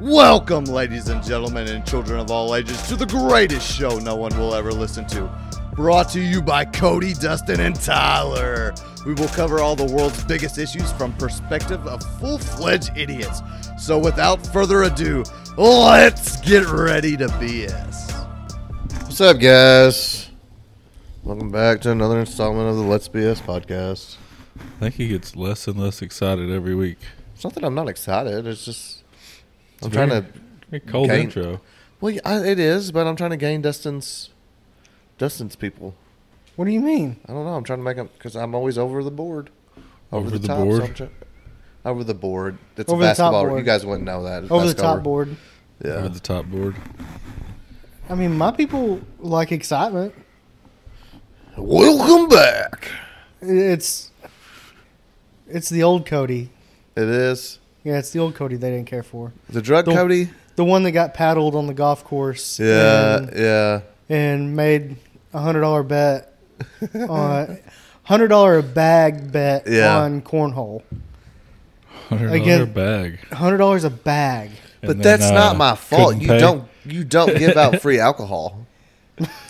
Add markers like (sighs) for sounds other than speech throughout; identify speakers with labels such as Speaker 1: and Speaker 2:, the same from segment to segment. Speaker 1: Welcome, ladies and gentlemen, and children of all ages, to the greatest show no one will ever listen to. Brought to you by Cody, Dustin, and Tyler. We will cover all the world's biggest issues from perspective of full-fledged idiots. So without further ado, let's get ready to BS.
Speaker 2: What's up, guys? Welcome back to another installment of the Let's BS podcast.
Speaker 3: I think he gets less and less excited every week.
Speaker 2: It's not that I'm not excited. It's just I'm
Speaker 3: It's
Speaker 2: trying
Speaker 3: very-
Speaker 2: to.
Speaker 3: Very cold
Speaker 2: Gain-
Speaker 3: intro.
Speaker 2: Well, yeah, I, it is, but I'm trying to gain Dustin's Dustin's people.
Speaker 4: What do you mean?
Speaker 2: I don't know. I'm trying to make them because I'm always over the board,
Speaker 3: Over the
Speaker 2: so
Speaker 3: board?
Speaker 2: I'm try- over the board. That's
Speaker 4: Over
Speaker 2: a
Speaker 4: the top
Speaker 2: basketball. You
Speaker 4: board.
Speaker 2: guys wouldn't know that. It's
Speaker 4: Over the
Speaker 2: basketball.
Speaker 4: top board.
Speaker 3: Oh. Over
Speaker 2: Yeah.
Speaker 3: the top board. (laughs)
Speaker 4: I mean, my people like excitement.
Speaker 2: Welcome back.
Speaker 4: It's it's the old Cody.
Speaker 2: It is
Speaker 4: Yeah, it's the old Cody they didn't care for.
Speaker 2: the drug
Speaker 4: The-
Speaker 2: Cody.
Speaker 4: The one that got paddled on the golf course.
Speaker 2: Yeah,
Speaker 4: And,
Speaker 2: yeah.
Speaker 4: and made a hundred
Speaker 2: (laughs)
Speaker 4: dollar bet on hundred dollar a bag bet
Speaker 2: Yeah.
Speaker 4: on cornhole.
Speaker 3: Hundred dollar
Speaker 4: Again-
Speaker 3: bag.
Speaker 4: Hundred dollars a bag.
Speaker 3: And
Speaker 2: But
Speaker 3: then,
Speaker 2: that's not
Speaker 3: uh,
Speaker 2: my fault.
Speaker 3: couldn't
Speaker 2: You
Speaker 3: pay.
Speaker 2: don't you don't give
Speaker 3: (laughs)
Speaker 2: out free alcohol.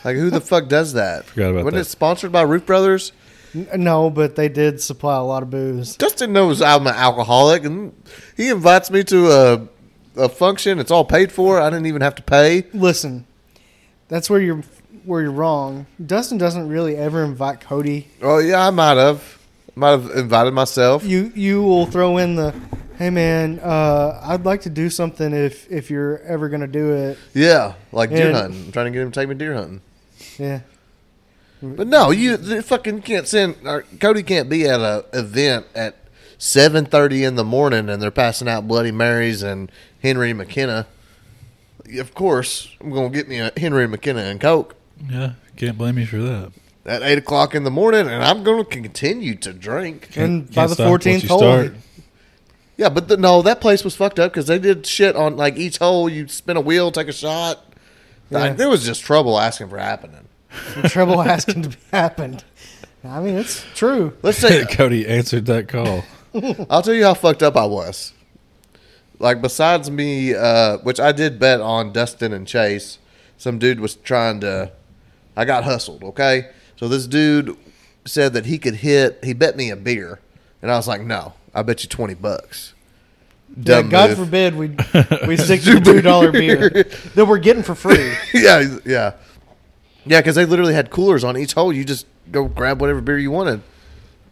Speaker 2: Like who the fuck does that?
Speaker 3: Forgot about
Speaker 2: Wasn't
Speaker 3: that.
Speaker 2: it sponsored by Root Brothers?
Speaker 4: N- No, but they did supply a lot of booze.
Speaker 2: Dustin knows I'm an alcoholic and he invites me to a a function, it's all paid for. I didn't even have to pay.
Speaker 4: Listen, that's where you're where you're wrong. Dustin doesn't really ever invite Cody
Speaker 2: Oh yeah, I might have. Might have invited myself.
Speaker 4: you you will throw in the hey man uh, i'd like to do something if if you're ever gonna do it
Speaker 2: Yeah. Like deer
Speaker 4: And-
Speaker 2: hunting. I'm trying to get him to take me deer hunting.
Speaker 4: yeah
Speaker 2: But no, you they fucking can't send or Cody can't be at a event at seven thirty in the morning and they're passing out Bloody Marys and Henry McKenna. Of course, I'm gonna get me a Henry McKenna and Coke
Speaker 3: Yeah, can't blame you
Speaker 2: (laughs)
Speaker 3: for that.
Speaker 2: at eight o'clock in the morning, and I'm gonna continue to drink.
Speaker 4: and
Speaker 3: Can't-
Speaker 4: by
Speaker 3: can't
Speaker 4: the
Speaker 3: stop once
Speaker 4: 14th
Speaker 3: you
Speaker 4: hole
Speaker 3: start.
Speaker 2: Yeah, but the, no, that place was fucked up because they did shit on like each hole. You spin a wheel, take a shot. Like,
Speaker 4: Yeah.
Speaker 2: there was just trouble asking for happening.
Speaker 4: trouble asking (laughs) to be happened i mean it's true
Speaker 2: Let's
Speaker 3: (laughs)
Speaker 2: say
Speaker 3: Cody answered that call.
Speaker 2: I'll tell you how fucked up I was. Like besides me, uh, which I did bet on Dustin and Chase. Some dude was trying to. I got hustled. Okay, so this dude said that he could hit. He bet me a beer, and I was like, "No, I bet you twenty bucks."
Speaker 4: yeah,
Speaker 2: Dumb
Speaker 4: god
Speaker 2: move. (laughs)
Speaker 4: forbid we we stick to the two dollar beer that we're getting for free
Speaker 2: (laughs) yeah, he's- yeah, yeah. Because they literally had coolers on each hole. You just go grab whatever beer you wanted.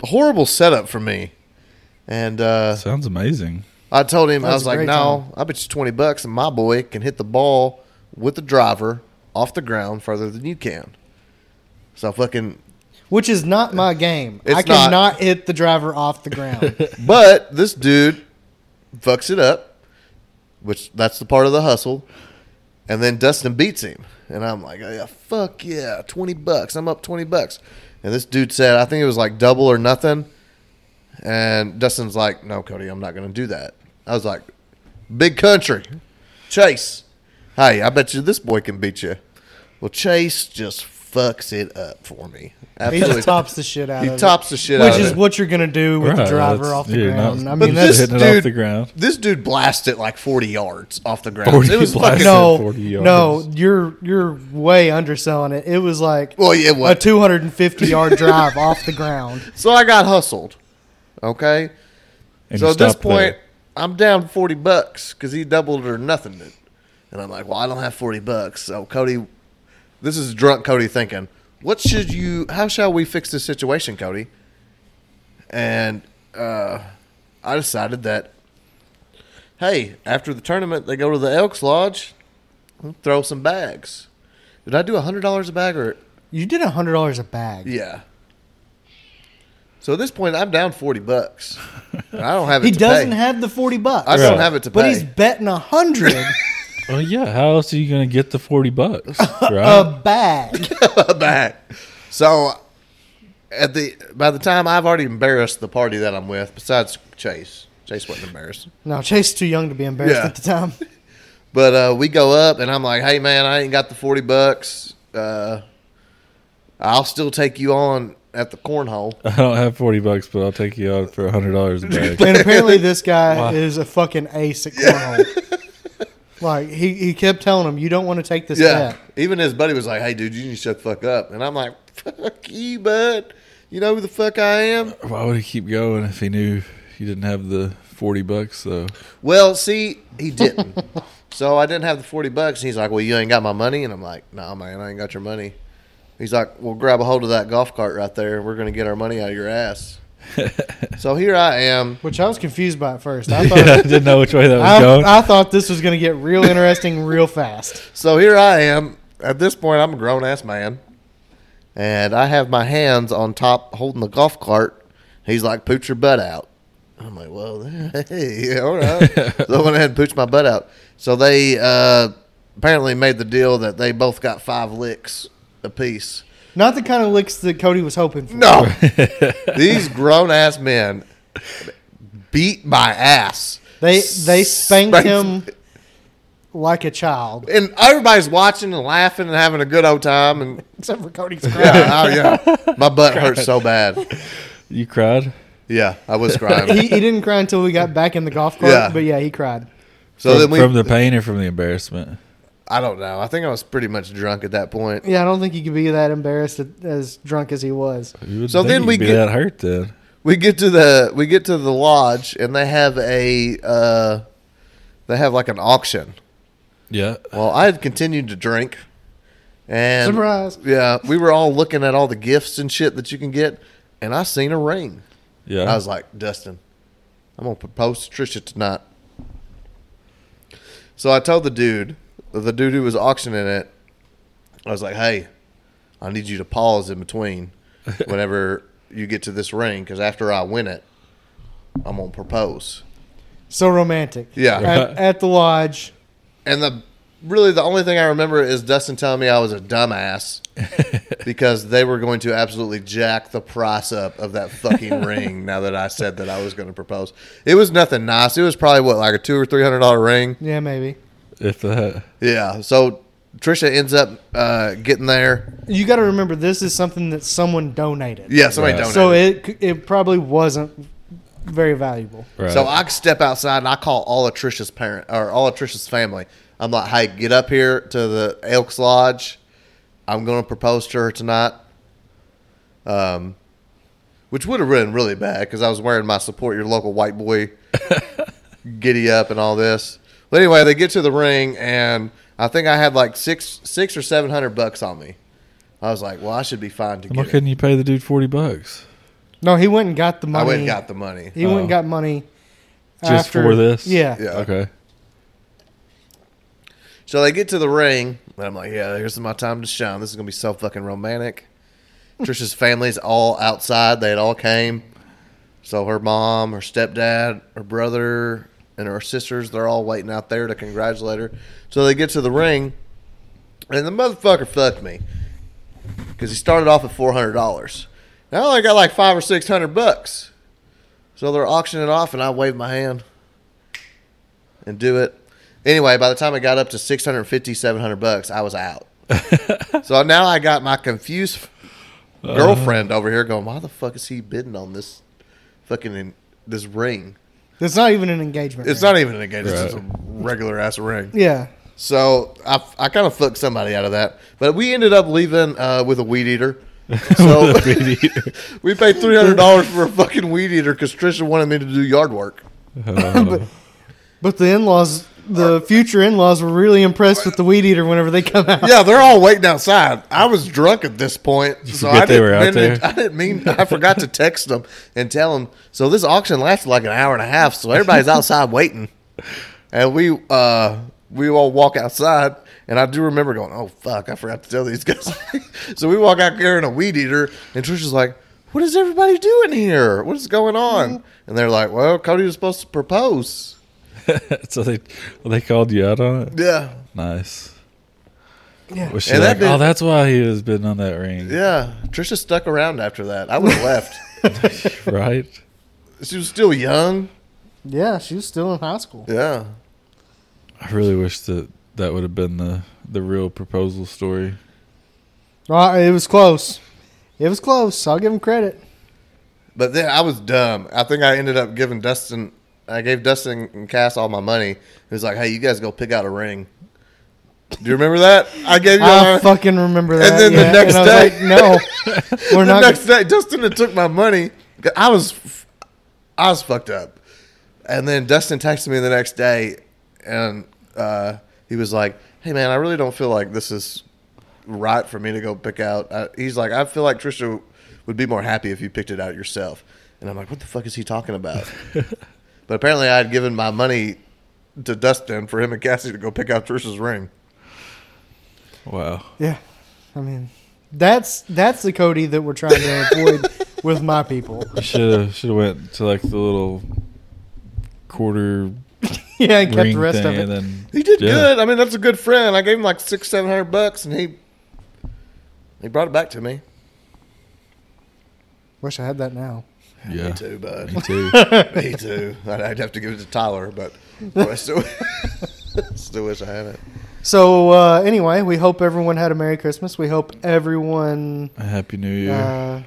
Speaker 2: Horrible setup for me. And uh,
Speaker 3: Sounds amazing.
Speaker 2: I told him, I
Speaker 4: That's
Speaker 2: was
Speaker 4: a
Speaker 2: like,
Speaker 4: great
Speaker 2: no, I bet you 20 bucks and my boy can hit the ball with the driver off the ground further than you can. So fucking,
Speaker 4: which is not my game
Speaker 2: It's
Speaker 4: i
Speaker 2: not.
Speaker 4: cannot hit the driver off
Speaker 2: (laughs)
Speaker 4: the ground
Speaker 2: but this dude fucks it up, which that's the part of the hustle. And then Dustin beats him. And I'm like, yeah, fuck yeah, 20 bucks. I'm up 20 bucks. And this dude said, I think it was like double or nothing. And Dustin's like, no, Cody, I'm not going to do that. I was like, big country. Chase, hey, I bet you this boy can beat you. Well, Chase just fucks it up for me.
Speaker 4: he
Speaker 2: Absolutely.
Speaker 4: just tops the shit out
Speaker 2: He
Speaker 4: of it.
Speaker 2: tops the shit
Speaker 4: which
Speaker 2: out
Speaker 4: is
Speaker 2: of it.
Speaker 4: what you're gonna do with
Speaker 3: Right,
Speaker 4: the driver
Speaker 3: that's-
Speaker 4: off the
Speaker 3: yeah,
Speaker 4: ground
Speaker 3: not-
Speaker 4: i
Speaker 2: But
Speaker 4: mean
Speaker 2: this
Speaker 4: that's
Speaker 3: Hitting it
Speaker 2: dude-
Speaker 3: off the ground.
Speaker 2: This dude blasted like 40 yards off the ground.
Speaker 3: 40
Speaker 2: it was
Speaker 3: blasts.
Speaker 2: fucking
Speaker 3: said
Speaker 4: no,
Speaker 3: 40 yards.
Speaker 4: no, you're you're way underselling it. It was like
Speaker 2: Well, yeah,
Speaker 4: a
Speaker 2: what? (laughs)
Speaker 4: 250 yard drive off the ground.
Speaker 2: so I got hustled. Okay.
Speaker 3: And
Speaker 2: so
Speaker 3: you
Speaker 2: at this
Speaker 3: stop
Speaker 2: point,
Speaker 3: there.
Speaker 2: I'm down 40
Speaker 4: (laughs)
Speaker 2: bucks because he doubled or nothing it. And I'm like, well, I don't have 40 bucks. So Cody, this is drunk Cody thinking, what should you, how shall we fix this situation, Cody? And uh, I decided that, hey, after the tournament, they go to the Elks Lodge, throw some bags. Did I do $100 a bag or
Speaker 4: You did hundred dollars a bag.
Speaker 2: Yeah. So at this point, I'm down forty
Speaker 4: (laughs)
Speaker 2: bucks. And I don't have it.
Speaker 4: he
Speaker 2: to
Speaker 4: doesn't
Speaker 2: pay.
Speaker 4: have the 40 bucks.
Speaker 2: I don't
Speaker 3: Right.
Speaker 2: have it to
Speaker 4: but
Speaker 2: pay.
Speaker 4: he's betting
Speaker 2: (laughs)
Speaker 4: a hundred
Speaker 3: Well, Oh, yeah. How else are you going to get the
Speaker 2: (laughs)
Speaker 3: forty bucks? Right.
Speaker 4: a
Speaker 2: Um,
Speaker 4: bag.
Speaker 2: back. So at the by the time I've already embarrassed the party that I'm with. Besides Chase, Chase wasn't embarrassed.
Speaker 4: No, Chase too young to be embarrassed
Speaker 2: Yeah.
Speaker 4: at the time.
Speaker 2: But uh, we go up, and I'm like, "Hey, man, I ain't got the forty bucks. Uh, I'll still take you on at the cornhole."
Speaker 3: I don't have forty bucks, but I'll take you
Speaker 2: (laughs)
Speaker 3: out for hundred dollars a bag.
Speaker 4: And apparently, this guy
Speaker 3: Wow.
Speaker 2: (laughs)
Speaker 4: is a fucking ace at cornhole. Like he, he kept telling him, "You don't want to take this
Speaker 2: Yeah.
Speaker 4: step."
Speaker 2: Even his buddy was like, hey, dude, you need to shut the fuck up. And I'm like, fuck you, bud. You know who the fuck I am?
Speaker 3: Why would he keep going if he knew he didn't have the forty bucks though?
Speaker 2: Well, see, he didn't. so I didn't have the 40 bucks. And he's like, well, you ain't got my money. And I'm like, nah, man, I ain't got your money. He's like, well, grab a hold of that golf cart right there. We're going to get our money out of your ass. so here I am.
Speaker 4: Which I was confused by at first.
Speaker 3: (laughs)
Speaker 4: I thought
Speaker 3: yeah, I didn't know which way that was going.
Speaker 4: I, I thought this was going to get real interesting real fast.
Speaker 2: So here I am. At this point, I'm a grown ass man. And I have my hands on top holding the golf cart. He's like, pooch your butt out. I'm like, well, (laughs) hey, all right. so I went ahead and pooched my butt out. So they uh, apparently made the deal that they both got five licks apiece.
Speaker 4: Not the kind of licks that Cody was hoping for.
Speaker 2: No. These grown ass men beat my ass.
Speaker 4: They they spanked
Speaker 2: Spanked-
Speaker 4: him like
Speaker 2: (laughs)
Speaker 4: a child.
Speaker 2: And everybody's watching and laughing and having a good old time. And
Speaker 4: Except for Cody's
Speaker 2: yeah, oh, yeah.
Speaker 4: (laughs)
Speaker 2: My butt hurt so bad.
Speaker 3: you cried.
Speaker 2: Yeah, I was
Speaker 4: he,
Speaker 2: crying.
Speaker 4: he didn't cry until we got back in the golf cart,
Speaker 2: Yeah.
Speaker 4: but yeah, he cried.
Speaker 2: So then
Speaker 3: from,
Speaker 2: we,
Speaker 3: from the pain or from the embarrassment?
Speaker 2: I don't know. I think I was pretty much drunk at that point.
Speaker 4: Yeah, I don't think he could be that embarrassed at- as drunk as he was.
Speaker 3: You wouldn't
Speaker 2: So
Speaker 3: think
Speaker 2: then
Speaker 3: you'd
Speaker 2: we
Speaker 3: be
Speaker 2: get-
Speaker 3: that hurt then.
Speaker 2: We get to the we get to the lodge and they have a uh, they have like an auction.
Speaker 3: Yeah.
Speaker 2: Well, I had continued to drink, and
Speaker 4: Surprise.
Speaker 2: Yeah, we were all looking at all the gifts and shit that you can get, and I seen a ring.
Speaker 3: Yeah.
Speaker 2: I was like, Dustin, I'm gonna propose to Trisha tonight. So I told the dude, the dude who was auctioning it, I was like, hey, I need you to pause in between whenever you get to this ring, because after I win it, I'm gonna propose.
Speaker 4: So romantic.
Speaker 2: Yeah.
Speaker 4: At, at the lodge.
Speaker 2: And the really the only thing I remember is Dustin telling me I was a dumbass because they were going to absolutely jack the price up of that fucking ring now that I said that I was going to propose. It was nothing nice. It was probably what like a 2 or 300 dollar ring.
Speaker 4: Yeah, maybe.
Speaker 3: if that.
Speaker 2: Yeah. So Trisha ends up uh, getting there.
Speaker 4: You got to remember, this is something that someone donated.
Speaker 2: Yeah, somebody donated.
Speaker 3: Right.
Speaker 4: So it c- it probably wasn't very valuable.
Speaker 3: Right.
Speaker 2: So I step outside and I call all of Trisha's parent or all of Trisha's family. I'm like, hey, get up here to the Elks Lodge. I'm going to propose to her tonight. Um, which would have been really bad because I was wearing my support your local white boy giddy up and all this. But anyway, they get to the ring and I think I had like six, six or seven hundred bucks on me. I was like, well, I should be fine to
Speaker 3: Why
Speaker 2: get it.
Speaker 3: couldn't you pay the dude forty bucks
Speaker 4: No, he went and got the money.
Speaker 2: I went and got the money.
Speaker 4: He went
Speaker 3: Oh.
Speaker 4: and got money.
Speaker 3: just
Speaker 4: after-
Speaker 3: for this?
Speaker 4: Yeah.
Speaker 2: Yeah.
Speaker 3: Okay.
Speaker 2: So they get to the ring, and I'm like, yeah, here's my time to shine. This is gonna be so fucking romantic. Trisha's family's all outside. They had all came. So her mom, her stepdad, her brother, and her sisters, they're all waiting out there to congratulate her. So they get to the ring, and the motherfucker fucked me. Because he started off at four hundred dollars. Now I only got like five or six hundred bucks. So they're auctioning it off and I wave my hand and do it. Anyway, by the time I got up to 650, 700 bucks, I was out. so now I got my confused girlfriend over here going, why the fuck is he bidding on this fucking this ring?
Speaker 4: It's not even an engagement.
Speaker 2: It's
Speaker 4: ring.
Speaker 2: not even a game. It's
Speaker 3: Right.
Speaker 2: just a regular ass ring.
Speaker 4: Yeah.
Speaker 2: So I, I kind of fucked somebody out of that, but we ended up leaving uh, with a weed eater. (laughs)
Speaker 3: (laughs)
Speaker 2: So (laughs) we paid three hundred dollars for a fucking weed eater because Trisha wanted me to do yard work.
Speaker 3: Uh,
Speaker 4: But the in laws, the future in laws, were really impressed with the weed eater whenever they come out.
Speaker 2: Yeah, they're all waiting outside. I was drunk at this point, so I didn't,
Speaker 3: forget they were out
Speaker 2: mean-
Speaker 3: there?
Speaker 2: I didn't mean I forgot to text them and tell them. So this auction lasted like an hour and a half. So everybody's outside waiting, and we uh, we all walk outside. And I do remember going, "Oh fuck, I forgot to tell these guys." (laughs) so we walk out there in a weed eater, and Trisha's like. What is everybody doing here? What is going on? And they're like, "Well, Cody was supposed to propose."
Speaker 3: (laughs) so they well, they called you out on it.
Speaker 2: Yeah,
Speaker 3: Nice.
Speaker 4: Yeah.
Speaker 3: Was she
Speaker 2: And that
Speaker 3: like,
Speaker 2: dude-
Speaker 3: oh, that's why he was bidding on that ring,
Speaker 2: yeah. Trisha stuck around after that. I would have left.
Speaker 3: (laughs) right?
Speaker 2: She was still young.
Speaker 4: Yeah, she was still in high school.
Speaker 2: Yeah.
Speaker 3: I really wish that that would have been the the real proposal story.
Speaker 4: Uh, it was close. It was close. I'll give him credit.
Speaker 2: But then I was dumb. I think I ended up giving Dustin I gave Dustin and Cass all my money. He was like, "Hey, you guys go pick out a ring." Do you remember that? I gave you.
Speaker 4: I
Speaker 2: all-
Speaker 4: fucking remember that.
Speaker 2: And then the
Speaker 4: yeah.
Speaker 2: next
Speaker 4: and
Speaker 2: (laughs)
Speaker 4: I was like, no, we're
Speaker 2: the
Speaker 4: not.
Speaker 2: next day, Dustin had took my money. I was, I was fucked up. And then Dustin texted me the next day, and uh, he was like, "Hey man, I really don't feel like this is right for me to go pick out." Uh, he's like, "I feel like Trisha would be more happy if you picked it out yourself." And I'm like, "What the fuck is he talking
Speaker 4: (laughs)
Speaker 2: about?" but apparently, I had given my money to Dustin for him and Cassie to go pick out Trisha's ring.
Speaker 3: Wow.
Speaker 4: yeah, I mean, that's that's the Cody that we're trying to
Speaker 2: (laughs)
Speaker 4: avoid with my people. (laughs)
Speaker 3: Should have should have went to like the little quarter
Speaker 4: Yeah, and kept
Speaker 3: ring
Speaker 4: the rest
Speaker 3: thing
Speaker 4: of it.
Speaker 3: and then
Speaker 2: He did
Speaker 3: Yeah.
Speaker 2: good. I mean, that's a good friend. I gave him like six, seven hundred bucks, and he he brought it back to me.
Speaker 4: Wish I had that now.
Speaker 3: yeah.
Speaker 2: Me too, bud.
Speaker 3: Me too.
Speaker 2: (laughs) me too. I'd, I'd have to give it to Tyler, but boy, I
Speaker 4: (laughs)
Speaker 2: still (laughs) still wish I had it.
Speaker 4: So uh, anyway, we hope everyone had a Merry Christmas. We hope everyone
Speaker 3: A Happy New Year.
Speaker 4: uh,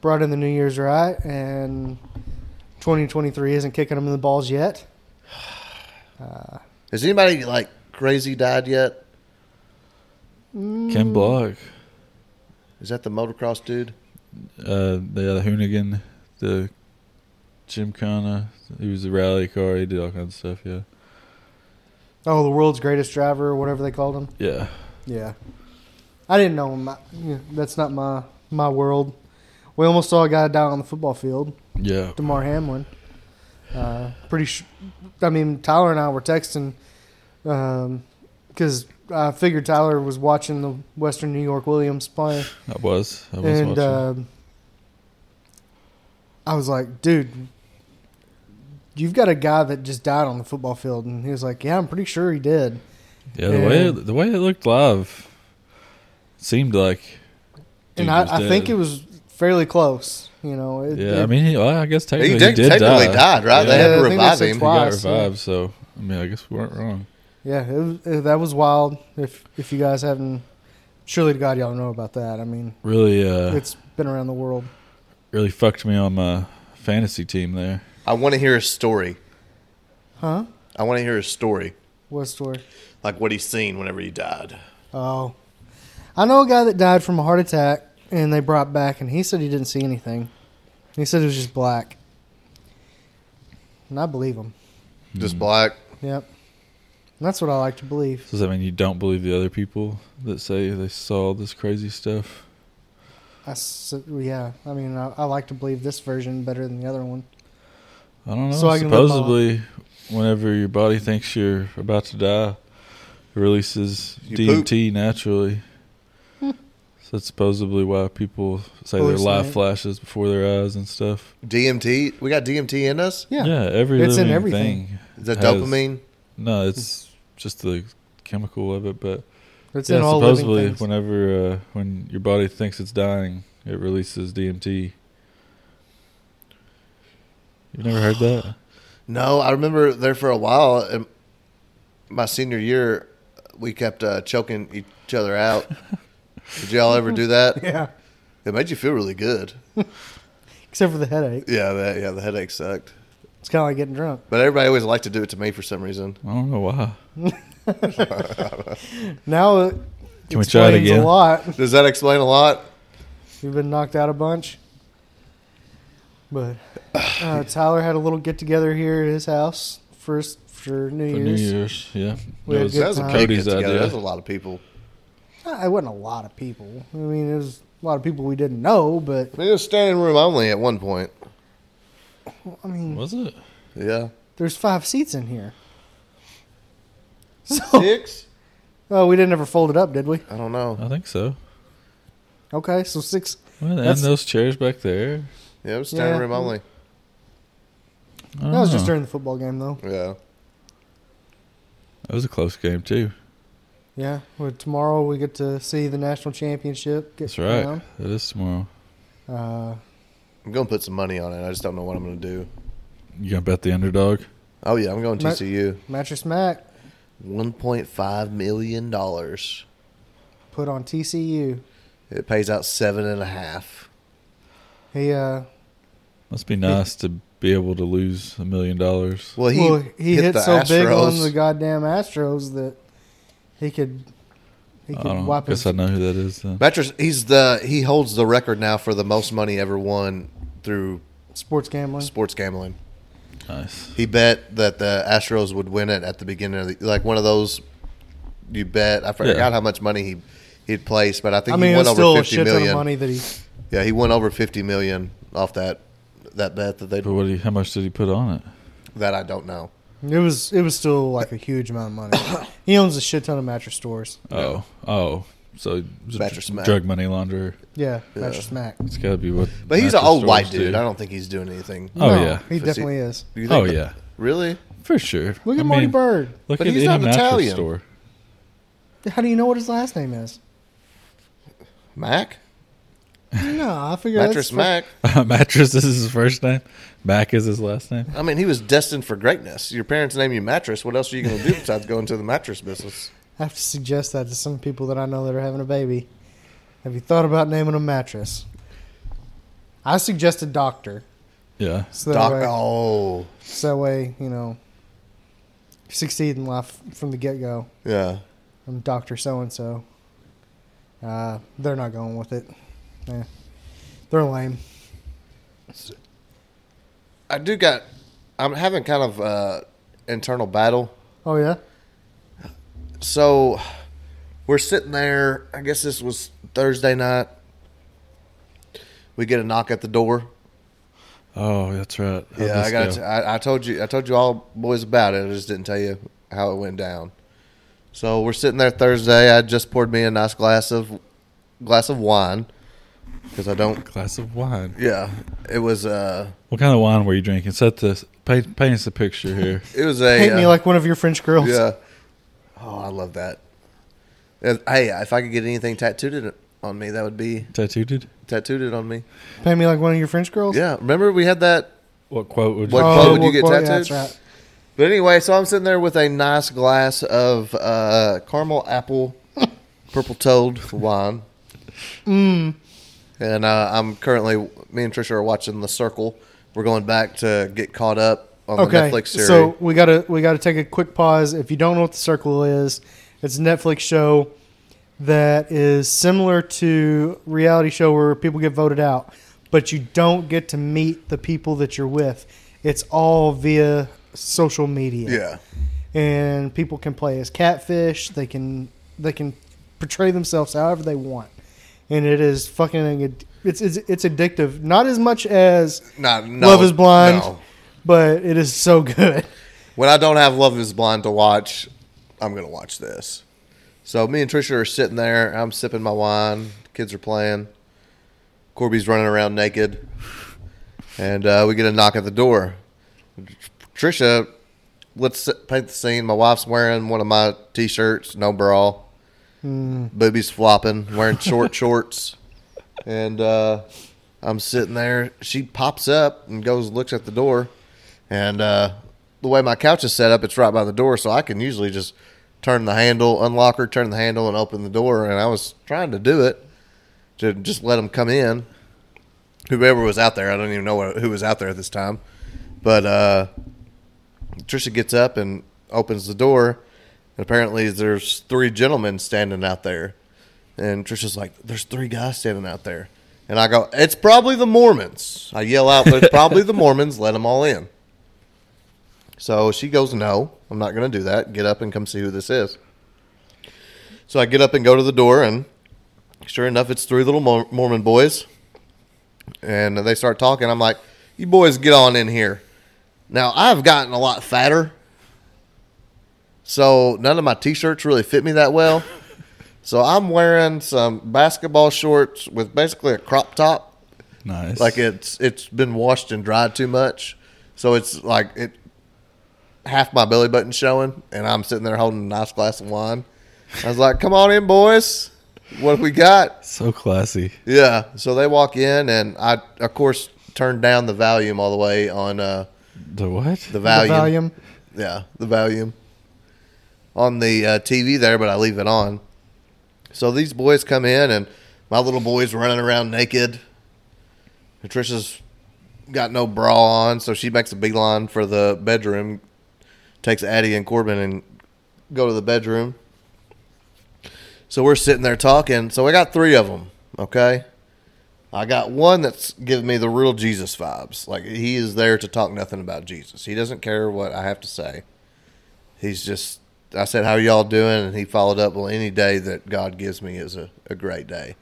Speaker 4: brought in the New Year's right, and 2023 isn't kicking them in the balls yet.
Speaker 2: Has anybody like crazy died yet?
Speaker 3: Ken Block.
Speaker 2: Is that the motocross dude?
Speaker 3: Uh, they had a Hoonigan, the Jim Connor. He was a rally car. He did all kinds of stuff. Yeah.
Speaker 4: Oh, the world's greatest driver, or whatever they called him.
Speaker 3: Yeah.
Speaker 4: Yeah, I didn't know him. I- yeah, that's not my my world. We almost saw a guy die on the football field,
Speaker 3: Yeah.
Speaker 4: Damar Hamlin. Uh, pretty, sh- I mean, Tyler and I were texting because I figured Tyler was watching the Western New York Williams play.
Speaker 3: I was. I was
Speaker 4: and
Speaker 3: watching.
Speaker 4: um I was like, dude, you've got a guy that just died on the football field, and he was like, yeah, I'm pretty sure he did.
Speaker 3: yeah. The way
Speaker 4: and-
Speaker 3: it, the way it looked live seemed like. dude
Speaker 4: and I,
Speaker 3: was
Speaker 4: I think
Speaker 3: dead.
Speaker 4: it was fairly close. You know, it,
Speaker 3: Yeah. I
Speaker 4: it-
Speaker 3: mean, he, well, I guess technically
Speaker 2: he
Speaker 3: he
Speaker 2: did,
Speaker 3: did,
Speaker 2: technically
Speaker 3: die.
Speaker 2: died, right? They
Speaker 3: Yeah.
Speaker 2: had
Speaker 4: Yeah,
Speaker 2: to
Speaker 4: I think they
Speaker 2: revive
Speaker 4: said
Speaker 2: him.
Speaker 3: He got
Speaker 4: Twice, yeah.
Speaker 3: revived. So I mean, I guess we weren't wrong.
Speaker 4: yeah, it was, it- that was wild. If if you guys haven't, surely to God, y'all know about that. I mean,
Speaker 3: Really. Uh.
Speaker 4: it's been around the world.
Speaker 3: really fucked me on my fantasy team there.
Speaker 2: I want to hear his story.
Speaker 4: Huh?
Speaker 2: I want to hear his story,
Speaker 4: What story?
Speaker 2: like what he's seen whenever he died.
Speaker 4: Oh, I know a guy that died from a heart attack, and they brought back, and he said he didn't see anything. He said it was just black, and I believe him.
Speaker 3: Hmm.
Speaker 2: Just black.
Speaker 4: Yep, and that's what I like to believe.
Speaker 3: Does that mean you don't believe the other people that say they saw this crazy stuff?
Speaker 4: I s- yeah, I mean, I, I like to believe this version better than the other one.
Speaker 3: I don't know.
Speaker 4: So I can live my
Speaker 3: Supposedly, whenever your body thinks you're about to die, it releases
Speaker 2: You
Speaker 3: DMT naturally. so that's supposedly why people say their life
Speaker 4: Hallucinate.
Speaker 3: flashes before their eyes and stuff.
Speaker 2: DMT. We got DMT in us.
Speaker 4: Yeah,
Speaker 3: every
Speaker 4: It's in
Speaker 3: living
Speaker 4: everything. Hmm.
Speaker 3: thing
Speaker 2: Is that
Speaker 3: has-
Speaker 2: dopamine?
Speaker 3: No, it's just the chemical of it, but
Speaker 4: it's
Speaker 3: yeah,
Speaker 4: in all
Speaker 3: supposedly,
Speaker 4: living things.
Speaker 3: whenever uh, when your body thinks it's dying, it releases DMT. You've never heard
Speaker 4: (sighs)
Speaker 3: that?
Speaker 2: No, I remember there for a while. In my senior year, we kept uh, choking each other (laughs) out. Did y'all ever do that?
Speaker 4: (laughs) Yeah,
Speaker 2: It made you feel really good.
Speaker 4: except for the headache.
Speaker 2: Yeah, that, yeah, the headache sucked.
Speaker 4: It's kind of like getting drunk.
Speaker 2: But everybody always liked to do it to me for some reason.
Speaker 3: I don't know why.
Speaker 4: Now it
Speaker 3: Can we try it
Speaker 4: explains
Speaker 3: again?
Speaker 4: a lot.
Speaker 2: Does that explain a lot?
Speaker 4: You've been knocked out a bunch. But
Speaker 3: (coughs)
Speaker 4: uh, Tyler had a little get together here at his house first for New
Speaker 3: For
Speaker 4: Year's.
Speaker 3: New Year's, yeah.
Speaker 4: We had
Speaker 3: It was-
Speaker 4: good
Speaker 2: That was a
Speaker 4: time.
Speaker 2: big
Speaker 3: Cody's
Speaker 2: get-together.
Speaker 3: idea.
Speaker 2: That was a lot of people.
Speaker 4: Uh, It wasn't a lot of people. I mean, it was a lot of people we didn't know, but
Speaker 2: I mean, it was standing room only at one point.
Speaker 4: I mean,
Speaker 3: was it?
Speaker 2: Yeah.
Speaker 4: there's five seats in here. (laughs) So,
Speaker 2: Six?
Speaker 4: oh, we didn't ever fold it up, did we?
Speaker 2: I don't know.
Speaker 3: I think so.
Speaker 4: Okay, so six.
Speaker 3: Well, and
Speaker 4: That's-
Speaker 3: those chairs back there.
Speaker 2: Yeah, it was standing
Speaker 4: Yeah.
Speaker 2: room only.
Speaker 3: I
Speaker 4: That
Speaker 3: don't
Speaker 4: was just
Speaker 3: know.
Speaker 4: during the football game, though.
Speaker 2: Yeah.
Speaker 3: That was a close game too.
Speaker 4: Yeah, well, tomorrow we get to see the national championship. Get
Speaker 3: That's right.
Speaker 4: down.
Speaker 3: That is tomorrow.
Speaker 4: Uh,
Speaker 2: I'm going to put some money on it. I just don't know what I'm going to do.
Speaker 3: You gonna bet the underdog?
Speaker 2: Oh, yeah, I'm going
Speaker 4: Ma-
Speaker 2: TCU.
Speaker 4: mattress Mac
Speaker 2: $1.5 million.
Speaker 4: put on TCU.
Speaker 2: It pays out seven and a half.
Speaker 4: He uh
Speaker 3: Must be nice to be able to lose a million dollars.
Speaker 2: Well, he,
Speaker 4: well, he
Speaker 2: hit,
Speaker 4: hit,
Speaker 2: the
Speaker 4: so
Speaker 2: Astros.
Speaker 4: big on the goddamn Astros that he could he
Speaker 3: I
Speaker 4: could
Speaker 3: don't know.
Speaker 4: wipe
Speaker 3: guess
Speaker 4: his.
Speaker 3: I know who that is. Then.
Speaker 2: Mattress. He's the he holds the record now for the most money ever won through
Speaker 4: sports gambling.
Speaker 2: sports gambling.
Speaker 3: Nice.
Speaker 2: He bet that the Astros would win it at the beginning of the like one of those. You bet. I forgot
Speaker 3: Yeah.
Speaker 2: how much money he he'd placed, but I think
Speaker 4: I mean,
Speaker 2: he won
Speaker 4: it's
Speaker 2: over
Speaker 4: still a
Speaker 2: fifty
Speaker 4: shit ton of
Speaker 2: million.
Speaker 4: money that he.
Speaker 2: Yeah, he won over fifty million off that that bet that they
Speaker 3: But what? He, how much did he put on it?
Speaker 2: that I don't know.
Speaker 4: It was it was still like a huge amount of
Speaker 2: (coughs)
Speaker 4: money. he owns a shit ton of mattress stores.
Speaker 3: Oh, oh. So he was a
Speaker 2: Mattress smack.
Speaker 3: dr- drug money launderer.
Speaker 4: yeah,
Speaker 2: Yeah.
Speaker 4: mattress mac.
Speaker 3: It's got to be what.
Speaker 2: But he's an
Speaker 3: mattress
Speaker 2: old white
Speaker 3: stores
Speaker 2: dude.
Speaker 3: do.
Speaker 2: I don't think he's doing anything.
Speaker 3: Oh, yeah.
Speaker 4: he
Speaker 2: Fifty-
Speaker 4: definitely is.
Speaker 2: Do you think
Speaker 3: Oh
Speaker 2: that-
Speaker 3: yeah,
Speaker 2: Really?
Speaker 3: for sure.
Speaker 4: Look
Speaker 3: I
Speaker 4: at Marty
Speaker 3: mean,
Speaker 4: Bird.
Speaker 3: Look
Speaker 2: But
Speaker 3: at
Speaker 2: he's
Speaker 3: any
Speaker 2: not
Speaker 3: mattress
Speaker 2: Italian.
Speaker 3: store. (laughs)
Speaker 4: How do you know what his last name is?
Speaker 2: Mac?
Speaker 4: No, I figure
Speaker 2: Mattress
Speaker 4: that's
Speaker 2: Mac.
Speaker 3: mattress is his first name. Mac is his last name.
Speaker 2: I mean, he was destined for greatness. Your parents name you mattress. What else are you going to do besides go into the mattress business?
Speaker 4: I have to suggest that to some people that I know that are having a baby. Have you thought about naming a mattress? I suggested doctor.
Speaker 3: Yeah.
Speaker 4: So that,
Speaker 2: Doc-
Speaker 4: way,
Speaker 2: oh,
Speaker 4: so that way, you know, succeed in life from the get go.
Speaker 2: yeah.
Speaker 4: I'm Doctor So and So. Uh, they're not going with it. Yeah. They're lame.
Speaker 2: I do got. I'm having kind of uh, internal battle.
Speaker 4: Oh yeah.
Speaker 2: So we're sitting there. I guess this was Thursday night. We get a knock at the door.
Speaker 3: Oh, that's right. How'd
Speaker 2: yeah, I
Speaker 3: this
Speaker 2: got.
Speaker 3: go?
Speaker 2: to- I, I told you. I told you all boys about it. I just didn't tell you how it went down. So we're sitting there Thursday. I just poured me a nice glass of glass of wine because I don't.
Speaker 3: glass of wine.
Speaker 2: Yeah, it was. Uh,
Speaker 3: What kind of wine were you drinking? Set this. Paint, paint us a
Speaker 2: (laughs)
Speaker 3: picture here.
Speaker 2: it was a.
Speaker 4: Paint me
Speaker 2: uh,
Speaker 4: like one of your French girls.
Speaker 2: Yeah. Oh, I love that. Uh, Hey, if I could get anything tattooed on me, that would be
Speaker 3: Tattooed.
Speaker 2: tattooed on me.
Speaker 4: Paint me like one of your French girls.
Speaker 2: Yeah, remember we had that
Speaker 3: What quote would you?
Speaker 2: What
Speaker 4: Oh,
Speaker 2: quote would you
Speaker 4: what
Speaker 2: get
Speaker 4: quote? Yeah,
Speaker 2: tattooed?
Speaker 4: that's right.
Speaker 2: But anyway, so I'm sitting there with a nice glass of uh, caramel
Speaker 4: (laughs)
Speaker 2: apple purple toad wine.
Speaker 4: Mm.
Speaker 2: And uh, I'm currently, me and Trisha are watching The Circle. We're going back to get caught up on
Speaker 4: Okay.
Speaker 2: the Netflix series.
Speaker 4: So we gotta we gotta take a quick pause. If you don't know what the circle is, it's a Netflix show that is similar to reality show where people get voted out, but you don't get to meet the people that you're with. It's all via social media.
Speaker 2: yeah.
Speaker 4: and people can play as catfish. They can they can portray themselves however they want, and it is fucking ad- it's it's, it's addictive. Not as much as
Speaker 2: Nah, no,
Speaker 4: Love is Blind,
Speaker 2: no.
Speaker 4: but it is so good. (laughs)
Speaker 2: When I don't have Love is Blind to watch, I'm going to watch this. So me and Trisha are sitting there. I'm sipping my wine. Kids are playing. Corby's running around naked. And uh, we get a knock at the door. Trisha, let's s- paint the scene. My wife's wearing one of my t shirts, no bra. Boobies flopping, wearing short (laughs) shorts. And uh, I'm sitting there. She pops up and goes, looks at the door. And uh, the way my couch is set up, it's right by the door, so I can usually just turn the handle, unlock her, turn the handle, and open the door. And I was trying to do it to just let them come in. Whoever was out there, I don't even know what, who was out there at this time. But uh, Trisha gets up and opens the door. And apparently, there's three gentlemen standing out there. And Trisha's like, "There's three guys standing out there." And I go, "It's probably the Mormons." I yell out, "It's probably the Mormons. Let them all in." So she goes, No, I'm not going to do that. Get up and come see who this is. So I get up and go to the door, and sure enough, it's three little Mor- Mormon boys. And they start talking. I'm like, You boys get on in here. Now, I've gotten a lot fatter. So none of my t shirts really fit me that well. So I'm wearing some basketball shorts with basically a crop top
Speaker 3: (laughs) nice.
Speaker 2: like it's it's been washed and dried too much so it's like it half my belly button showing and i'm sitting there holding a nice glass of wine i was like come on in boys what we got
Speaker 3: so classy.
Speaker 2: yeah so they walk in and i of course turned down the volume all the way on uh
Speaker 3: The what?
Speaker 2: the
Speaker 4: The
Speaker 2: volume,
Speaker 4: Valium.
Speaker 2: yeah the volume on the uh, tv there but i leave it on so these boys come in and my little boy's running around naked and Trisha's got no bra on, so she makes a beeline for the bedroom, takes Addie and Corbin and go to the bedroom. So we're sitting there talking. So I got three of them. Okay, I got one that's giving me the real Jesus vibes. Like he is there to talk nothing about Jesus. He doesn't care what I have to say. He's just. I said, "How y'all doing?" And he followed up, "Well, any day that God gives me is a, a great day."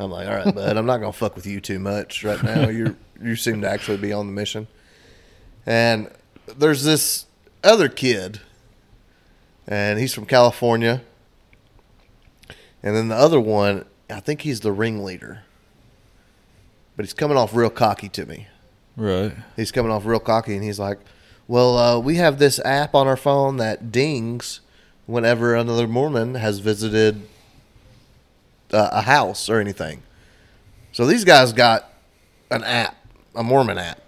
Speaker 2: I'm like, "All right, bud. I'm not gonna fuck with you too much right now. You you seem to actually be on the mission." And there's this other kid, and he's from California. And then the other one, I think he's the ringleader. But he's coming off real cocky to me.
Speaker 3: Right.
Speaker 2: He's coming off real cocky, and he's like, "Well, uh, we have this app on our phone that dings whenever another Mormon has visited uh, a house or anything." So these guys got an app, a Mormon app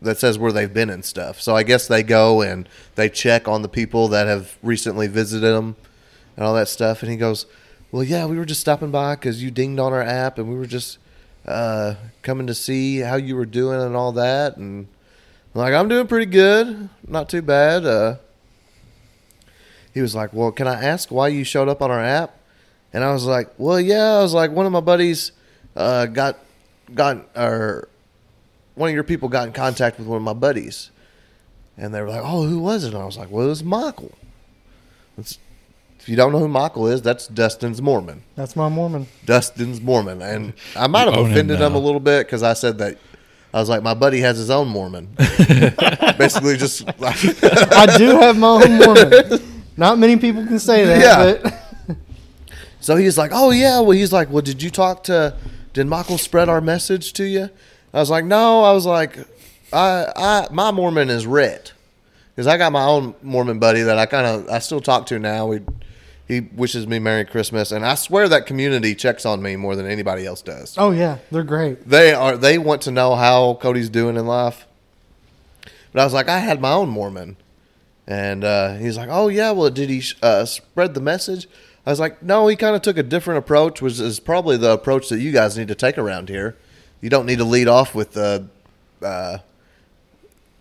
Speaker 2: that says where they've been and stuff. So I guess they go and they check on the people that have recently visited them and all that stuff. And he goes, "Well, yeah, we were just stopping by because you dinged on our app, and we were just uh, coming to see how you were doing and all that." And I'm like, "I'm doing pretty good, not too bad." Uh, he was like, "Well, can I ask why you showed up on our app?" And I was like, "Well, yeah." I was like, "One of my buddies uh, got got or one of your people got in contact with one of my buddies." And they were like, "Oh, who was it?" And I was like, "Well, it was Michael." It's, if you don't know who Michael is, that's Dustin's Mormon.
Speaker 4: That's
Speaker 2: (laughs)
Speaker 4: my Mormon.
Speaker 2: Dustin's Mormon, and I might
Speaker 3: You
Speaker 2: have
Speaker 3: own him
Speaker 2: offended him,
Speaker 3: now.
Speaker 2: a little bit because I said that I was like, "My buddy has his own
Speaker 3: (laughs)
Speaker 2: Mormon." Basically, just (laughs) like,
Speaker 4: I do have my own Mormon. Not many people can say that.
Speaker 2: Yeah.
Speaker 4: But (laughs)
Speaker 2: So he's like, "Oh yeah." Well, he's like, "Well, did you talk to? Did Michael spread our message to you?" I was like, "No." I was like, "I, I, my Mormon is Rhett, because I got my own Mormon buddy that I kind of, I still talk to now. We, he wishes me Merry Christmas, and I swear that community checks on me more than anybody else does.
Speaker 4: oh yeah, they're great.
Speaker 2: They are, they want to know how Cody's doing in life. But I was like, I had my own Mormon. And uh, he's like, "Oh yeah, well, did he uh, spread the message?" I was like, "No, he kind of took a different approach, which is probably the approach that you guys need to take around here. You don't need to lead off with the, uh,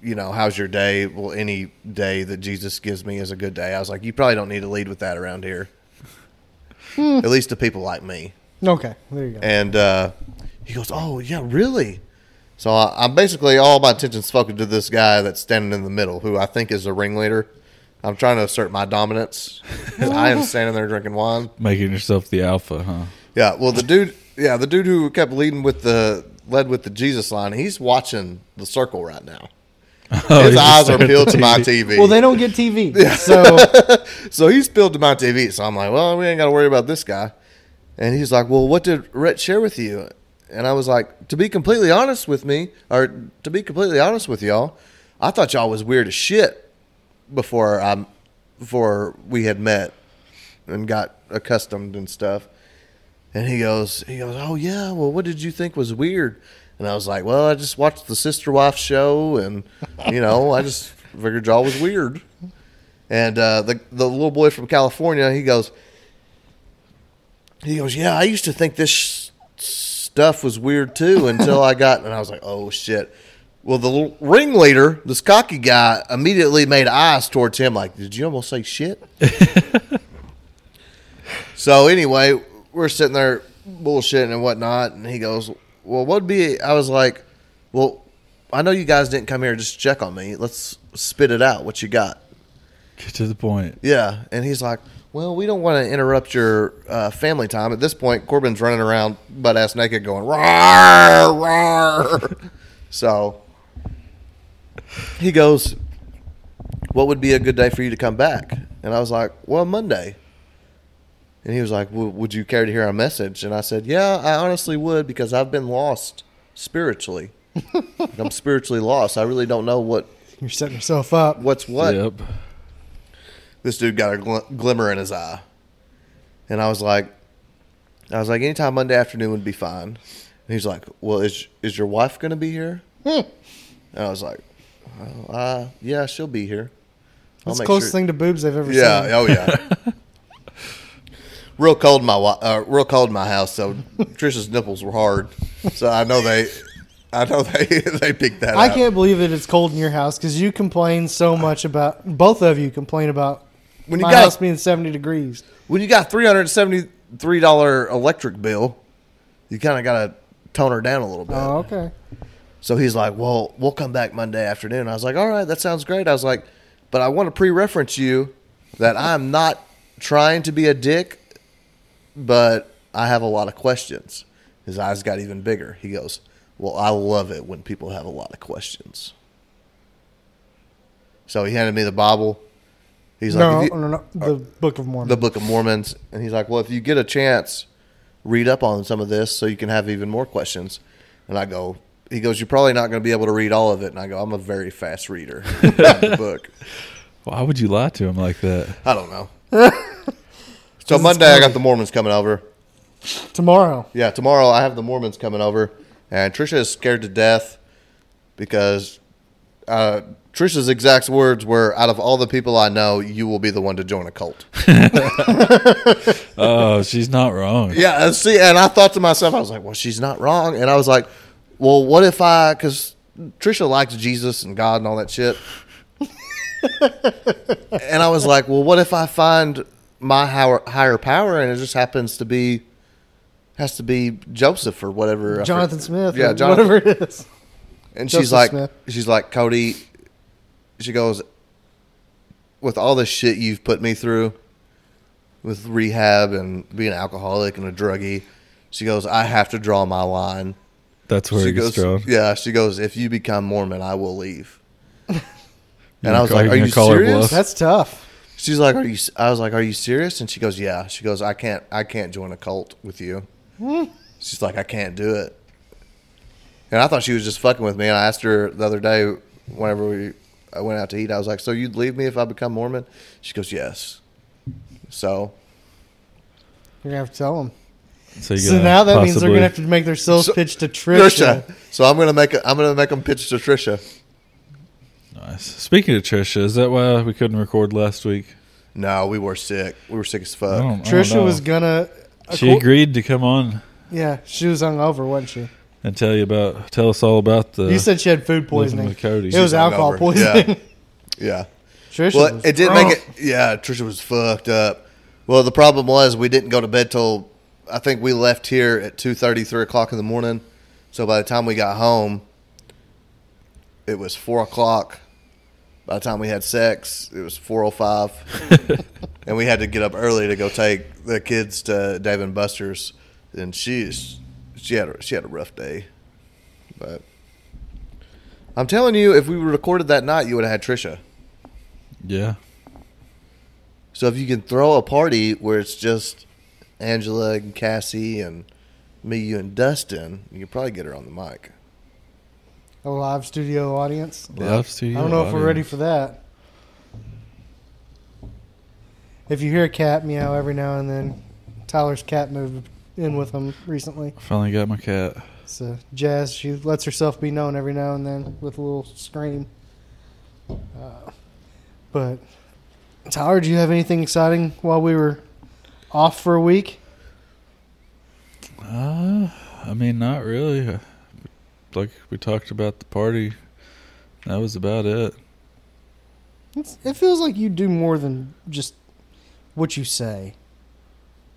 Speaker 2: you know, how's your day? Well, any day that Jesus gives me is a good day." I was like, "You probably don't need to lead with that around here, at least to people like me."
Speaker 4: Okay, there you go.
Speaker 2: And uh, he goes, "Oh yeah, really?" So I, I'm basically all my attention's focused to this guy that's standing in the middle, who I think is the ringleader. I'm trying to assert my dominance. 'cause I am standing there drinking wine.
Speaker 3: Making yourself the alpha, huh?
Speaker 2: Yeah, well, the dude, yeah, the dude who kept leading with the led with the Jesus line, he's watching the circle right now.
Speaker 3: (laughs) Oh,
Speaker 2: His eyes are peeled to my TV.
Speaker 4: well, they don't
Speaker 2: (laughs)
Speaker 4: get TV, so
Speaker 2: so he's peeled to my TV. So I'm like, well, we ain't got to worry about this guy. And he's like, well, what did Rhett share with you? And I was like, to be completely honest with me, or to be completely honest with y'all, I thought y'all was weird as shit before I, before we had met and got accustomed and stuff. And he goes, he goes, oh yeah. Well, what did you think was weird? And I was like, well, I just watched the sister wife show, and you know, I just figured y'all was weird. And uh, the the little boy from California, he goes, he goes, yeah, I used to think this sh- stuff was weird too until I got, and I was like, oh shit. Well, the little ringleader, this cocky guy, immediately made eyes towards him, like, did you almost say shit? So anyway, we're sitting there bullshitting and whatnot, and he goes, "Well, what'd be?" I was like, "Well, I know you guys didn't come here just to check on me. Let's spit it out. What you got?"
Speaker 3: Get to the point.
Speaker 2: Yeah, and he's like, "Well, we don't want to interrupt your uh, family time." At this point, Corbin's running around butt ass naked, going "rar rar." (laughs) so he goes, "What would be a good day for you to come back?" And I was like, "Well, Monday." And he was like, well, "Would you care to hear our message?" And I said, "Yeah, I honestly would because I've been lost spiritually. (laughs) Like, I'm spiritually lost. I really don't know what
Speaker 4: you're setting yourself up.
Speaker 2: what's what."
Speaker 3: Yep.
Speaker 2: this dude got a gl- glimmer in his eye, and I was like, I was like, anytime Monday afternoon would be fine. And he's like, well, is is your wife gonna be here?
Speaker 4: Hmm.
Speaker 2: and I was like, oh, uh, yeah, she'll be here. I'll
Speaker 4: That's the
Speaker 2: make
Speaker 4: closest
Speaker 2: sure-
Speaker 4: thing to boobs I've ever
Speaker 2: yeah.
Speaker 4: seen.
Speaker 2: Oh yeah.
Speaker 4: (laughs)
Speaker 2: real cold in my wa- uh, real cold in my house, so Trisha's nipples were hard. So I know they I know they (laughs) they picked that.
Speaker 4: I
Speaker 2: up.
Speaker 4: can't believe that it's cold in your house because you complain so much about both of you complain about
Speaker 2: When you
Speaker 4: my
Speaker 2: got-
Speaker 4: house being seventy degrees.
Speaker 2: When you got three hundred seventy three dollar electric bill, you kind of got to tone her down a little bit.
Speaker 4: Oh, okay.
Speaker 2: So he's like, "Well, we'll come back Monday afternoon." I was like, "All right, that sounds great." I was like, "But I want to pre-reference you that I'm not trying to be a dick, but I have a lot of questions." His eyes got even bigger. He goes, "Well, I love it when people have a lot of questions." So he handed me the Bible. He's like,
Speaker 4: no,
Speaker 2: "If you- Uh,
Speaker 4: no, no, the Book of Mormon.
Speaker 2: the Book of Mormons, and he's like, "Well, if you get a chance, read up on some of this so you can have even more questions." And I go, "He goes, you're probably not going to be able to read all of it." And I go, "I'm a very fast reader." of the book.
Speaker 3: Why would you lie to him like that?
Speaker 2: I don't know. so Monday, I got the Mormons coming over.
Speaker 4: Tomorrow.
Speaker 2: Yeah, tomorrow I have the Mormons coming over, and Trisha is scared to death because uh, Trisha's exact words were, "Out of all the people I know, you will be the one to join a cult."
Speaker 3: Oh, she's not wrong.
Speaker 2: Yeah, and see, and I thought to myself, I was like, well, she's not wrong. And I was like, well, what if I, because Trisha likes Jesus and God and all that shit. and I was like, well, what if I find my higher, higher power and it just happens to be, has to be Joseph or whatever. I
Speaker 4: Jonathan
Speaker 2: forget-
Speaker 4: Smith.
Speaker 2: Yeah,
Speaker 4: or
Speaker 2: Jonathan.
Speaker 4: whatever it is.
Speaker 2: And
Speaker 4: Joseph
Speaker 2: she's like,
Speaker 4: Smith.
Speaker 2: she's like, Cody, she goes, with all the shit you've put me through, with rehab and being an alcoholic and a druggie, she goes, I have to draw my line.
Speaker 3: That's where
Speaker 2: she
Speaker 3: it
Speaker 2: goes,
Speaker 3: gets drawn.
Speaker 2: yeah, she goes, if you become Mormon, I will leave. And
Speaker 3: gonna
Speaker 2: I was
Speaker 3: call-
Speaker 2: like,
Speaker 3: you
Speaker 2: are
Speaker 3: gonna
Speaker 2: you
Speaker 3: call her bluff?
Speaker 2: serious?
Speaker 4: (laughs) That's tough.
Speaker 2: She's like, "Are you?" s- I was like, "Are you serious?" And she goes, "Yeah." She goes, "I can't. I can't join a cult with you." She's like, "I can't do it." And I thought she was just fucking with me. And I asked her the other day, whenever we I went out to eat, I was like, "So you'd leave me if I become Mormon?" She goes, "Yes." So
Speaker 4: You're gonna have to tell them.
Speaker 3: So, you
Speaker 4: So
Speaker 3: gotta
Speaker 4: now that means they're
Speaker 3: possibly-
Speaker 4: gonna have to make their sales
Speaker 2: So-
Speaker 4: pitch to Trisha.
Speaker 2: Trisha. So I'm gonna make a, I'm gonna make them pitch to Trisha.
Speaker 3: Nice. Speaking of Trisha, is that why we couldn't record last week?
Speaker 2: No, we were sick. We were sick as
Speaker 3: I
Speaker 2: fuck.
Speaker 3: don't, I don't
Speaker 4: Trisha
Speaker 3: know.
Speaker 4: was gonna. uh,
Speaker 3: She agreed to come on
Speaker 4: Yeah, she was hungover, wasn't she?
Speaker 3: and tell you about, tell us all about the.
Speaker 4: you said she had food poisoning.
Speaker 3: with Cody.
Speaker 4: It was
Speaker 3: She's
Speaker 4: alcohol
Speaker 2: hungover.
Speaker 4: poisoning. (laughs)
Speaker 2: Yeah.
Speaker 4: Trisha.
Speaker 2: Well,
Speaker 4: was
Speaker 2: it did
Speaker 4: drunk.
Speaker 2: make it. Yeah, Trisha was fucked up. Well, the problem was we didn't go to bed till I think we left here at 2.30, 3 o'clock in the morning. So by the time we got home, it was four o'clock. By the time we had sex, it was four o
Speaker 4: (laughs)
Speaker 2: five, and we had to get up early to go take the kids to Dave and Buster's. And she's she had a, she had a rough day, but I'm telling you, if we recorded that night, you would have had Trisha.
Speaker 3: yeah.
Speaker 2: So if you can throw a party where it's just Angela and Cassie and me, you and Dustin, you can probably get her on the mic.
Speaker 4: a live studio audience.
Speaker 3: Live to
Speaker 4: I
Speaker 3: you,
Speaker 4: don't know if we're
Speaker 3: audience.
Speaker 4: ready for that. If you hear a cat meow every now and then, Tyler's cat moved in with him recently.
Speaker 3: Finally got my cat.
Speaker 4: So Jazz, she lets herself be known every now and then with a little scream. Uh, but Tyler, do you have anything exciting while we were off for a week?
Speaker 3: Uh, I mean, not really. Like we talked about the party, that was about it.
Speaker 4: It's, it feels like you do more than just what you say.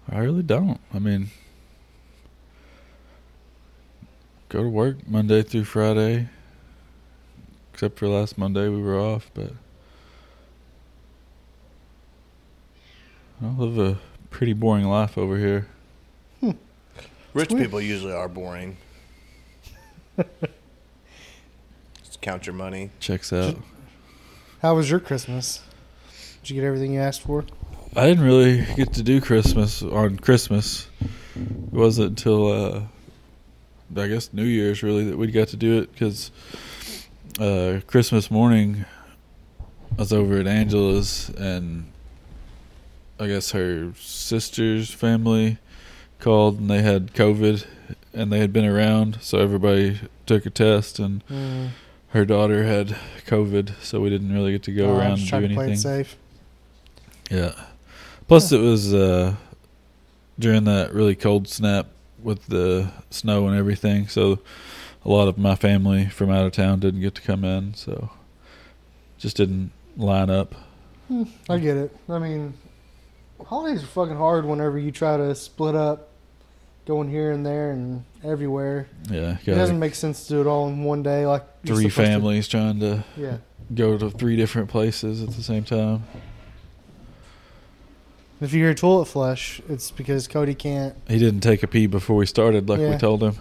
Speaker 3: I really don't. I mean, go to work Monday through Friday. Except for last Monday, we were off, but I live a pretty boring life over here.
Speaker 2: Rich
Speaker 4: Sweet.
Speaker 2: people usually are
Speaker 4: (laughs)
Speaker 2: boring. just count your money.
Speaker 3: Checks out.
Speaker 4: How was your Christmas? Did you get everything you asked for?
Speaker 3: I didn't really get to do Christmas on Christmas. It wasn't until uh, I guess New Year's really that we got to do it because uh, Christmas morning I was over at Angela's and I guess her sister's family called and they had COVID and they had been around, so everybody took a test and
Speaker 4: Mm.
Speaker 3: her daughter had COVID, so we didn't really get to go
Speaker 4: Oh, I'm
Speaker 3: around
Speaker 4: just
Speaker 3: and do
Speaker 4: trying to play it
Speaker 3: anything.
Speaker 4: safe.
Speaker 3: Yeah. Plus, it was uh, during that really cold snap with the snow and everything, so a lot of my family from out of town didn't get to come in, so just didn't line up.
Speaker 4: I get it. I mean, holidays are fucking hard whenever you try to split up, going here and there and everywhere.
Speaker 3: Yeah,
Speaker 4: It
Speaker 3: got
Speaker 4: doesn't
Speaker 3: like
Speaker 4: make sense to do it all in one day. Like you're
Speaker 3: three
Speaker 4: supposed to-
Speaker 3: families trying to
Speaker 4: yeah,
Speaker 3: go to three different places at the same time.
Speaker 4: if you hear toilet flush, it's because Cody can't.
Speaker 3: He didn't take a pee before we started, like we
Speaker 4: Yeah.
Speaker 3: told him.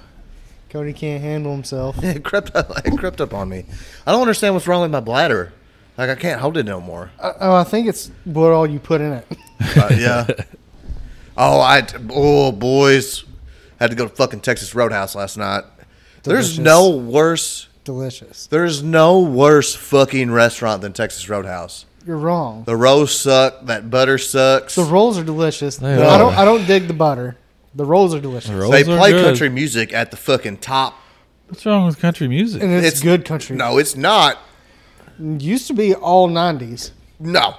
Speaker 4: Cody can't handle himself.
Speaker 2: (laughs) It crept up. It crept up on me. I don't understand what's wrong with my bladder. Like I can't hold it no more.
Speaker 4: Uh, oh, I think it's what all you put in it.
Speaker 2: Uh, yeah. Oh, I oh boys had to go to fucking Texas Roadhouse last night. (laughs) There's
Speaker 4: Delicious.
Speaker 2: no worse.
Speaker 4: Delicious.
Speaker 2: There's no worse fucking restaurant than Texas Roadhouse.
Speaker 4: You're wrong.
Speaker 2: The rolls suck. That butter sucks.
Speaker 4: The rolls are delicious.
Speaker 3: They
Speaker 4: I don't.
Speaker 3: are.
Speaker 4: I don't dig the butter. The rolls are delicious,
Speaker 3: The rolls
Speaker 2: they
Speaker 3: are
Speaker 2: play
Speaker 3: good.
Speaker 2: country music at the fucking top.
Speaker 3: What's wrong with country
Speaker 4: and
Speaker 3: music?
Speaker 4: it's,
Speaker 2: It's-
Speaker 4: good country.
Speaker 2: No, it's not.
Speaker 4: It used to be all '90s.
Speaker 2: No,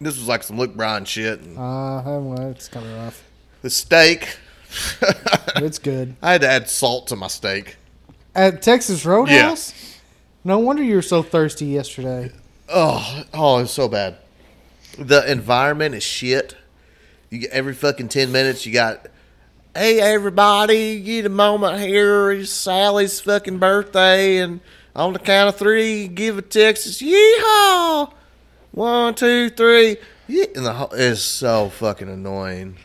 Speaker 2: this was like some Luke Bryan shit. And
Speaker 4: Uh, well, it's kind of rough.
Speaker 2: the steak.
Speaker 4: It's good.
Speaker 2: (laughs) I had to add salt to my steak.
Speaker 4: At Texas Roadhouse? No wonder you were so thirsty yesterday.
Speaker 2: Oh, oh, it's so bad. The environment is shit. You get every fucking ten minutes, you got, hey everybody, get a moment here. It's Sally's fucking birthday, and on the count of three, give a Texas yeehaw. One, two, three. Yee- And the whole, it's so fucking annoying.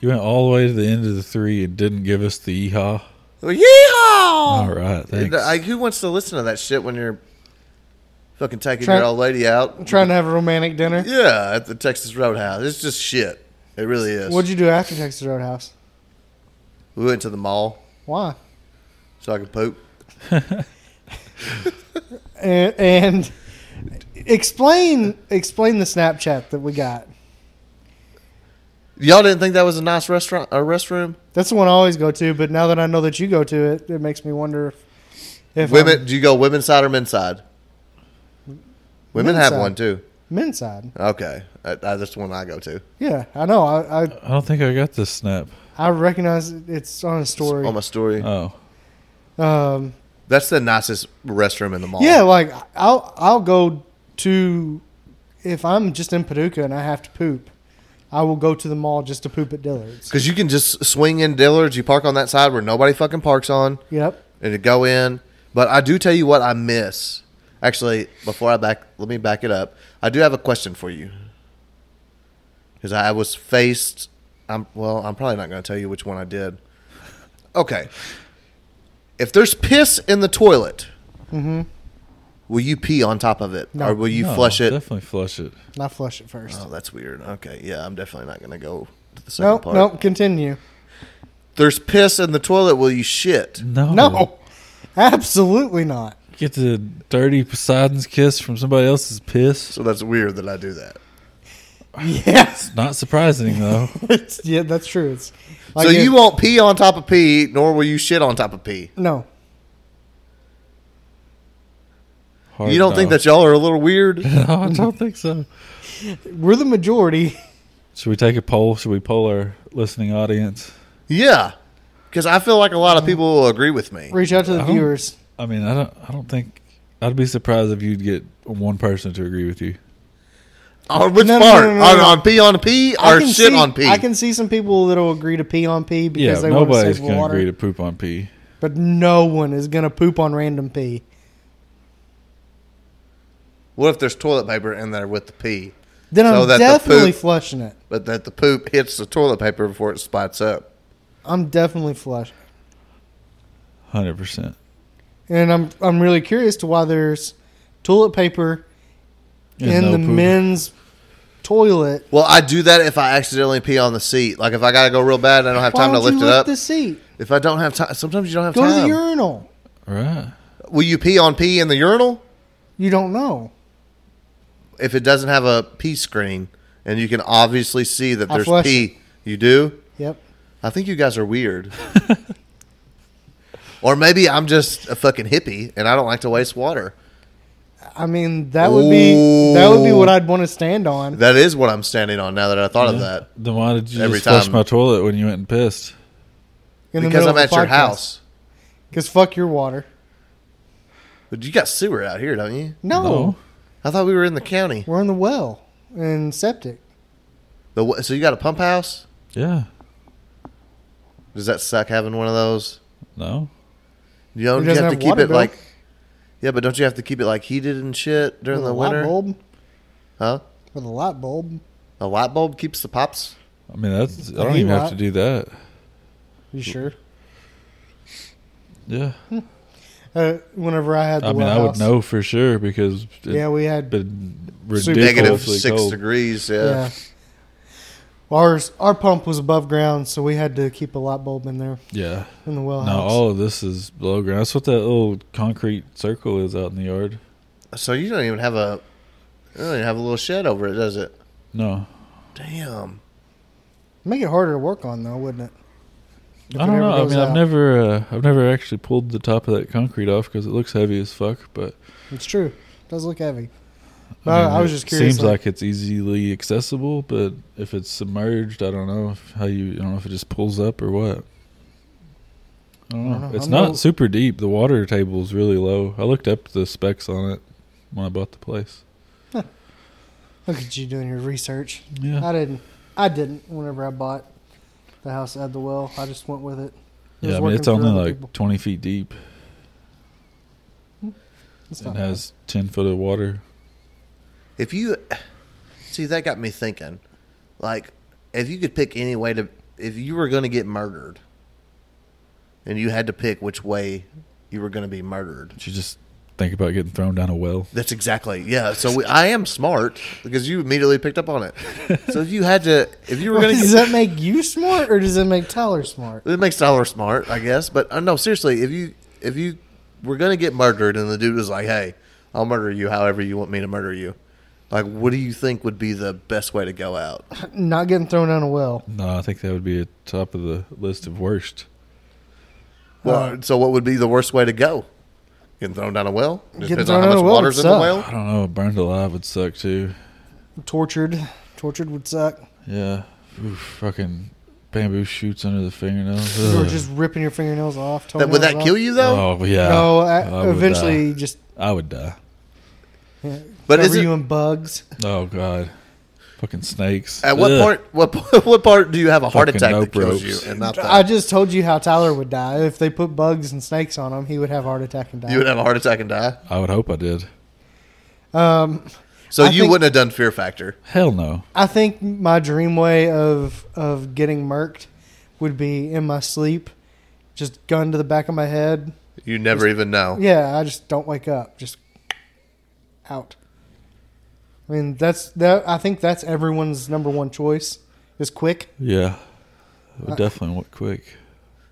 Speaker 3: You went all the way to the end of the three and didn't give us the yeehaw.
Speaker 2: Well, yeehaw!
Speaker 4: Oh.
Speaker 3: All right, thanks.
Speaker 2: Like, who wants to listen to that shit when you're fucking taking
Speaker 4: Try-
Speaker 2: your old lady out?
Speaker 4: Trying to have a romantic dinner.
Speaker 2: Yeah, at the Texas Roadhouse. It's just shit. It really is.
Speaker 4: What'd you
Speaker 2: (laughs)
Speaker 4: do after Texas Roadhouse?
Speaker 2: we went to the mall
Speaker 4: Why?
Speaker 2: so I could poop.
Speaker 4: And, and explain explain the Snapchat that we got.
Speaker 2: Y'all didn't think that was a nice restaurant, a restroom?
Speaker 4: That's the one I always go to, but now that I know that you go to it, it makes me wonder if, if
Speaker 2: Women,
Speaker 4: I'm-
Speaker 2: do you go women's side or men's side? Women
Speaker 4: Men's
Speaker 2: have
Speaker 4: side.
Speaker 2: one too.
Speaker 4: men's side.
Speaker 2: Okay, I, I, that's the one I go to. It's
Speaker 4: Yeah, I know. I I,
Speaker 3: I don't think I got this snap.
Speaker 4: I recognize it- it's on a story.
Speaker 2: on my story.
Speaker 3: Oh,
Speaker 4: Um,
Speaker 2: that's the nicest restroom in the mall.
Speaker 4: Yeah, like I'll I'll go to if I'm just in Paducah and I have to poop, I will go to the mall just to poop at Dillard's.
Speaker 2: because you can just swing in Dillard's. You park on that side where nobody fucking parks on.
Speaker 4: Yep.
Speaker 2: and to go in. But I do tell you what I miss. Actually, before I back, let me back it up. I do have a question for you because I was faced. I'm well. I'm probably not going to tell you which one I did. Okay. If there's piss in the toilet, will you pee on top of it,
Speaker 4: No.
Speaker 2: or will you
Speaker 3: Mm-hmm. No,
Speaker 2: flush it?
Speaker 3: Definitely flush it.
Speaker 4: And I flush it first.
Speaker 2: oh, that's weird. Okay, yeah, I'm definitely not going to go to the second
Speaker 4: no,
Speaker 2: part.
Speaker 4: no, continue.
Speaker 2: There's piss in the toilet. Will you shit?
Speaker 3: No,
Speaker 4: No.
Speaker 2: (laughs)
Speaker 4: Absolutely not.
Speaker 3: Get the dirty Poseidon's kiss from somebody else's piss.
Speaker 2: So that's weird that I do that.
Speaker 4: Yes.
Speaker 3: Not
Speaker 2: (laughs)
Speaker 3: surprising though.
Speaker 4: It's- yeah, that's true. It's like
Speaker 2: so
Speaker 4: if-
Speaker 2: you won't pee on top of pee, nor will you shit on top of pee.
Speaker 4: No.
Speaker 3: Hard
Speaker 2: you don't think
Speaker 3: no.
Speaker 2: that y'all are a little weird?
Speaker 3: (laughs) No, I don't think so.
Speaker 4: We're the majority. (laughs)
Speaker 3: Should we take a poll? Should we poll our listening audience?
Speaker 2: yeah, because I feel like a lot of people will agree with me.
Speaker 4: Reach out to the
Speaker 2: Oh.
Speaker 3: I don't-
Speaker 4: viewers.
Speaker 3: I mean, I don't. I don't think. I'd be surprised if you'd get one person to agree with you.
Speaker 2: On which
Speaker 4: No, no,
Speaker 2: part?
Speaker 4: no, no,
Speaker 2: on,
Speaker 4: no.
Speaker 2: on pee on pee or
Speaker 4: I can
Speaker 2: shit
Speaker 4: see,
Speaker 2: on pee?
Speaker 4: I can see some people that'll agree to pee on pee because
Speaker 3: Yeah,
Speaker 4: they want to
Speaker 3: nobody's
Speaker 4: save
Speaker 3: gonna
Speaker 4: water.
Speaker 3: agree to poop on pee.
Speaker 4: but no one is gonna poop on random pee.
Speaker 2: What if there's toilet paper in there with the pee,
Speaker 4: Then
Speaker 2: So
Speaker 4: I'm
Speaker 2: that the
Speaker 4: definitely
Speaker 2: poop-
Speaker 4: flushing it.
Speaker 2: but that the poop hits the toilet paper before it splats up?
Speaker 4: I'm definitely flush,
Speaker 3: Hundred percent.
Speaker 4: and I'm I'm really curious to why there's toilet paper in the men's toilet.
Speaker 2: Well, I do that if I accidentally pee on the seat. Like if I gotta go real bad and I don't have
Speaker 4: Why
Speaker 2: time to
Speaker 4: don't
Speaker 2: lift
Speaker 4: you
Speaker 2: it up.
Speaker 4: the seat?
Speaker 2: If I don't have time, sometimes you don't have
Speaker 4: Go to the
Speaker 2: time.
Speaker 4: urinal.
Speaker 3: Right.
Speaker 2: will you pee on pee in the urinal?
Speaker 4: You don't know.
Speaker 2: if it doesn't have a pee screen and you can obviously see that
Speaker 4: I
Speaker 2: there's
Speaker 4: flush
Speaker 2: pee, you do?
Speaker 4: Yep.
Speaker 2: I think you guys are
Speaker 4: (laughs)
Speaker 2: weird. or maybe I'm just a fucking hippie and I don't like to waste water.
Speaker 4: I mean that would be that would be what I'd want to stand on.
Speaker 2: That is what I'm standing on now that I thought of
Speaker 3: Yeah.
Speaker 2: that.
Speaker 3: Then why did you
Speaker 2: Every
Speaker 3: just flush
Speaker 2: time.
Speaker 3: my toilet when you went and pissed?
Speaker 4: In the
Speaker 2: because
Speaker 4: middle
Speaker 2: I'm
Speaker 4: of
Speaker 2: at
Speaker 4: the
Speaker 2: your
Speaker 4: podcast.
Speaker 2: house.
Speaker 4: Because fuck your water.
Speaker 2: But you got sewer out here, don't you?
Speaker 4: No,
Speaker 3: No.
Speaker 2: I thought we were in the county.
Speaker 4: we're in the well and septic.
Speaker 2: The wh- so you got a pump house?
Speaker 3: Yeah.
Speaker 2: Does that suck having one of those?
Speaker 3: No.
Speaker 2: You know, Oh, you
Speaker 4: It
Speaker 2: have,
Speaker 4: doesn't
Speaker 2: to
Speaker 4: have
Speaker 2: keep
Speaker 4: water
Speaker 2: it
Speaker 4: bill.
Speaker 2: like. Yeah, but don't you have to keep it like heated and shit during
Speaker 4: With
Speaker 2: the
Speaker 4: a light
Speaker 2: winter?
Speaker 4: bulb.
Speaker 2: Huh?
Speaker 4: With a light bulb,
Speaker 2: A light bulb keeps the pops.
Speaker 3: I mean, that's. I
Speaker 4: Are
Speaker 3: don't
Speaker 4: you
Speaker 3: even have
Speaker 4: right?
Speaker 3: to do that.
Speaker 2: Mm.
Speaker 4: you sure?
Speaker 3: Yeah.
Speaker 4: Uh, whenever I had the
Speaker 3: I mean,
Speaker 4: well
Speaker 3: I would
Speaker 4: house.
Speaker 3: know for sure because it
Speaker 4: Yeah, we had.
Speaker 3: been
Speaker 4: Super-
Speaker 3: ridiculously
Speaker 2: Negative six
Speaker 3: cold.
Speaker 2: degrees. Yeah.
Speaker 4: yeah. Ours, our pump was above ground, so we had to keep a light bulb in there
Speaker 3: Yeah.
Speaker 4: in the well
Speaker 3: No,
Speaker 4: house.
Speaker 3: all of this is below ground. That's what that little concrete circle is out in the yard.
Speaker 2: So you don't even have a. You don't even have a little shed over it, does it?
Speaker 3: No,
Speaker 2: Damn.
Speaker 4: Make it harder to work on, though, wouldn't it? If
Speaker 3: I
Speaker 4: it
Speaker 3: don't
Speaker 4: ever
Speaker 3: know. I
Speaker 4: goes
Speaker 3: mean, I've
Speaker 4: out.
Speaker 3: never, uh, I've never actually pulled the top of that concrete off because it looks heavy as fuck. But
Speaker 4: It's true. It does look heavy.
Speaker 3: I,
Speaker 4: But I,
Speaker 3: mean,
Speaker 4: I was
Speaker 3: it
Speaker 4: just curious.
Speaker 3: Seems like it's easily accessible, but if it's submerged, I don't know if how you. I don't know if it just pulls up or what. I don't know.
Speaker 4: don't know.
Speaker 3: It's
Speaker 4: I'm
Speaker 3: not
Speaker 4: no-
Speaker 3: super deep. The water table is really low. I looked up the specs on it when I bought the place.
Speaker 4: Look at you doing your research.
Speaker 3: Yeah.
Speaker 4: I didn't. I didn't. Whenever I bought the house at the well, I just went with it. It was
Speaker 3: Yeah, I mean
Speaker 4: working
Speaker 3: it's
Speaker 4: for
Speaker 3: only
Speaker 4: other
Speaker 3: like
Speaker 4: people.
Speaker 3: twenty feet deep
Speaker 4: It's
Speaker 3: and
Speaker 4: not bad. (laughs)
Speaker 3: has ten foot of water.
Speaker 2: If you see, that got me thinking. Like, if you could pick any way to, if you were going to get murdered, and you had to pick which way you were going to be murdered.
Speaker 3: Did you just think about getting thrown down a well?
Speaker 2: That's exactly yeah. So we, I am smart because you immediately picked up on
Speaker 3: (laughs)
Speaker 2: it. So if you had to, if you were
Speaker 4: (laughs)
Speaker 2: going to,
Speaker 4: does
Speaker 2: get
Speaker 4: that make you smart or does it make Tyler
Speaker 3: (coughs)
Speaker 4: smart?
Speaker 2: it makes Tyler smart, I guess. But uh, no, seriously, if you if you were going to get murdered, and the dude was like, "Hey, I'll murder you however you want me to murder you," like, what do you think would be the best way to go out?
Speaker 4: Not getting thrown down a well.
Speaker 3: No, I think that would be at top of the list of worst.
Speaker 4: Uh,
Speaker 2: Well, so what would be the worst way to go? Getting thrown down a well? Just
Speaker 4: Getting
Speaker 2: Depends on
Speaker 4: thrown
Speaker 2: how
Speaker 4: down
Speaker 2: much
Speaker 4: a well
Speaker 2: water's
Speaker 4: would
Speaker 2: in the
Speaker 4: suck.
Speaker 3: I
Speaker 2: well.
Speaker 3: don't know. Burned alive would suck too.
Speaker 4: Tortured. Tortured would suck.
Speaker 3: Yeah, Oof, fucking bamboo shoots under the fingernails.
Speaker 4: Or
Speaker 3: Ugh.
Speaker 4: just ripping your fingernails off.
Speaker 2: That, would that kill you
Speaker 4: uh,
Speaker 2: though?
Speaker 3: oh yeah.
Speaker 4: No,
Speaker 3: I
Speaker 4: I,
Speaker 3: would
Speaker 4: eventually
Speaker 3: die.
Speaker 4: you just.
Speaker 3: I would die.
Speaker 4: Yeah,
Speaker 2: But
Speaker 4: cover
Speaker 2: is it-
Speaker 4: you in bugs?
Speaker 3: Oh god, fucking snakes.
Speaker 2: At what
Speaker 3: Ugh.
Speaker 2: part? What po- what part (laughs) do you have a heart
Speaker 3: Fucking
Speaker 2: attack
Speaker 3: no
Speaker 2: that kills
Speaker 3: ropes.
Speaker 2: you and not
Speaker 4: I
Speaker 2: that?
Speaker 4: just told you how Tyler would die. If they put bugs and snakes on him, he would have a heart attack and die.
Speaker 2: You would have a heart attack and die.
Speaker 3: I would hope I did.
Speaker 4: um,
Speaker 2: So
Speaker 4: I
Speaker 2: you
Speaker 4: think-
Speaker 2: wouldn't have done Fear Factor.
Speaker 3: Hell no.
Speaker 4: I think my dream way of of getting murked would be in my sleep, just gun to the back of my head.
Speaker 2: You never even know.
Speaker 4: Yeah, I just don't wake up. Just out. I mean, that's that. I think that's everyone's number one choice. Is quick.
Speaker 3: Yeah, it would definitely went quick.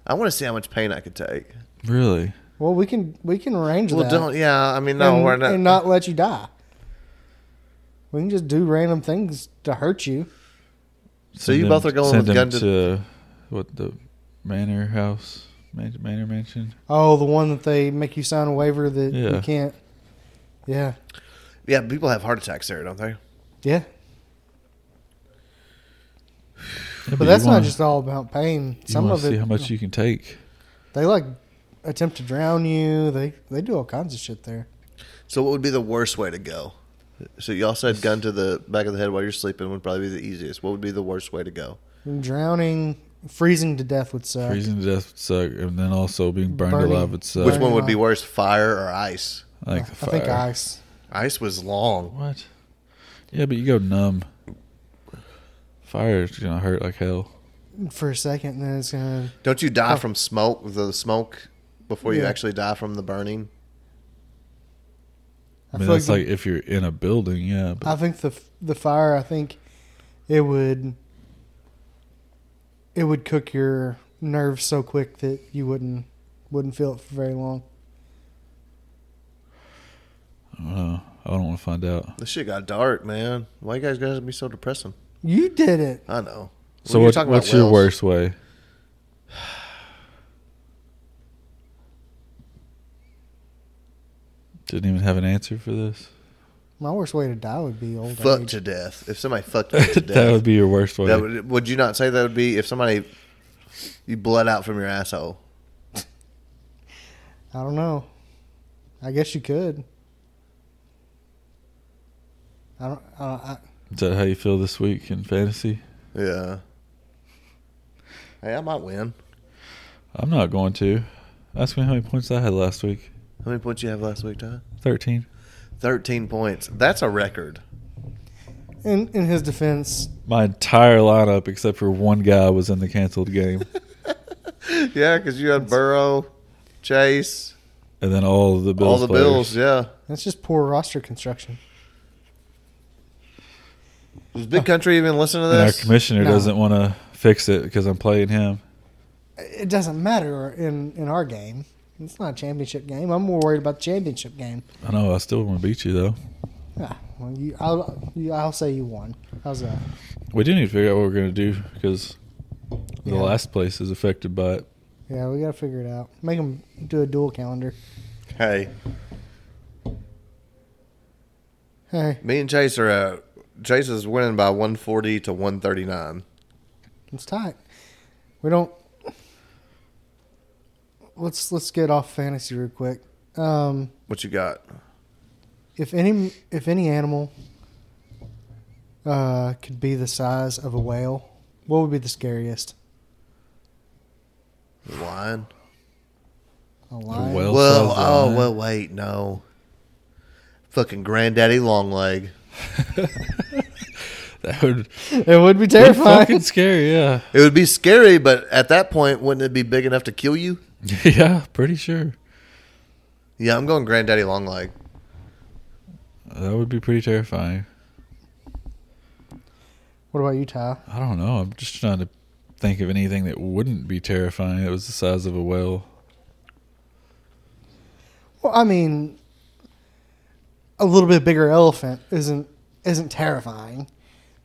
Speaker 2: I want to see how much pain I could take.
Speaker 3: Really?
Speaker 4: Well, we can we can arrange
Speaker 2: Well,
Speaker 4: that.
Speaker 2: don't. Yeah, I mean, no,
Speaker 4: and,
Speaker 2: we're not.
Speaker 4: and not let you die. We can just do random things to hurt you.
Speaker 2: So you
Speaker 3: Send
Speaker 2: both
Speaker 3: him-
Speaker 2: are going with
Speaker 3: send him
Speaker 2: gun to-
Speaker 3: what the manor house, man- manor mansion.
Speaker 4: Oh, the one that they make you sign a waiver that
Speaker 3: Yeah.
Speaker 4: you can't. Yeah,
Speaker 2: yeah, people have heart attacks there, don't they?
Speaker 4: yeah.
Speaker 3: Yeah,
Speaker 4: But
Speaker 3: you
Speaker 4: that's not
Speaker 3: wanna-
Speaker 4: just all about pain.
Speaker 3: you
Speaker 4: Some
Speaker 3: wanna
Speaker 4: of it,
Speaker 3: See how much you can take.
Speaker 4: they like attempt to drown you. They they do all kinds of shit there.
Speaker 2: So what would be the worst way to go? So y'all said gun to the back of the head while you're sleeping would probably be the easiest. What would be the worst way to go?
Speaker 4: Drowning, freezing to death would suck.
Speaker 3: Freezing to death would suck, and then also being burned
Speaker 4: Burning.
Speaker 3: alive would suck.
Speaker 2: Which
Speaker 4: Burning
Speaker 2: one would be
Speaker 4: alive.
Speaker 2: worse, fire or ice?
Speaker 3: I
Speaker 4: I
Speaker 3: think the fire.
Speaker 4: think ice.
Speaker 2: Ice was long.
Speaker 3: What? Yeah, but you go numb. Fire is gonna hurt like hell.
Speaker 4: For a second, and then it's gonna.
Speaker 2: Don't you
Speaker 3: Oh.
Speaker 2: die from smoke? The smoke before you
Speaker 4: Yeah.
Speaker 2: actually die from the burning.
Speaker 4: I
Speaker 3: I mean,
Speaker 4: feel
Speaker 3: that's
Speaker 4: like the-
Speaker 3: like if you're in a building, yeah. But
Speaker 4: I think the the fire. I think it would it would cook your nerves so quick that you wouldn't wouldn't feel it for very long.
Speaker 3: I don't know. I don't want to find out.
Speaker 2: This shit got dark, man. Why you guys gotta be so depressing?
Speaker 4: You did it.
Speaker 2: I know.
Speaker 3: So
Speaker 2: We were
Speaker 3: what,
Speaker 2: talking about
Speaker 3: what's your
Speaker 2: whales.
Speaker 3: worst way? (sighs) Didn't even have an answer for this.
Speaker 4: My worst way to die would be old
Speaker 2: Fuck
Speaker 4: age.
Speaker 2: to death. If somebody fucked
Speaker 3: (laughs)
Speaker 2: me to death,
Speaker 3: that would be your worst way.
Speaker 2: That would, would you not say that would be if somebody you bled out from your asshole?
Speaker 4: I don't know. I guess you could. I don't. I, I,
Speaker 3: Is that how you feel this week in fantasy?
Speaker 2: Yeah. Hey, I might win.
Speaker 3: I'm not going to. Ask me how many points I had last week.
Speaker 2: How many points you have last week, Ty?
Speaker 3: Thirteen.
Speaker 2: Thirteen points. That's a record. (laughs)
Speaker 4: in in his defense,
Speaker 3: My entire lineup, except for one guy, was in the
Speaker 2: (laughs)
Speaker 3: canceled game,
Speaker 2: Yeah, because you had Burrow, Chase,
Speaker 3: and then all of the bills.
Speaker 2: all the
Speaker 3: players.
Speaker 2: Bills. Yeah,
Speaker 4: that's just poor roster construction.
Speaker 2: does Big Country even listen
Speaker 3: (laughs)
Speaker 2: to
Speaker 3: And our
Speaker 2: this?
Speaker 3: commissioner
Speaker 4: No.
Speaker 3: doesn't want to fix it because I'm playing him.
Speaker 4: It doesn't matter in in our game. It's not a championship game. I'm more worried about the championship game.
Speaker 3: I know. I still want to beat you though.
Speaker 4: Yeah, well, you, I'll you, I'll say you won. How's that?
Speaker 3: We do need to figure out what we're going to do because the
Speaker 4: Yeah.
Speaker 3: last place is affected by it.
Speaker 4: Yeah, we gotta figure it out. Make them do a dual calendar.
Speaker 2: Hey,
Speaker 4: Hey,
Speaker 2: me and Chase are out. Chase is winning by one forty to one thirty nine.
Speaker 4: it's tight. We don't. Let's let's get off fantasy real quick. Um,
Speaker 2: What you got?
Speaker 4: if any if any animal uh, could be the size of a whale, what would be the scariest?
Speaker 2: The lion.
Speaker 4: A lion.
Speaker 3: whale? Bill
Speaker 2: Well,
Speaker 3: says the
Speaker 2: oh
Speaker 3: lion.
Speaker 2: well, wait, no. Fucking granddaddy long leg.
Speaker 3: (laughs) That would
Speaker 4: It would be
Speaker 3: that'd
Speaker 4: terrifying.
Speaker 3: fucking scary. Yeah, (laughs)
Speaker 2: It would be scary, but at that point, wouldn't it be big enough to kill you?
Speaker 3: yeah. Pretty sure
Speaker 2: Yeah, I'm going granddaddy long leg.
Speaker 3: that would be pretty terrifying.
Speaker 4: What about you, Ty?
Speaker 3: I don't know. I'm just trying to think of anything that wouldn't be terrifying. That was the size of a whale.
Speaker 4: Well, I mean, a little bit bigger elephant isn't isn't terrifying.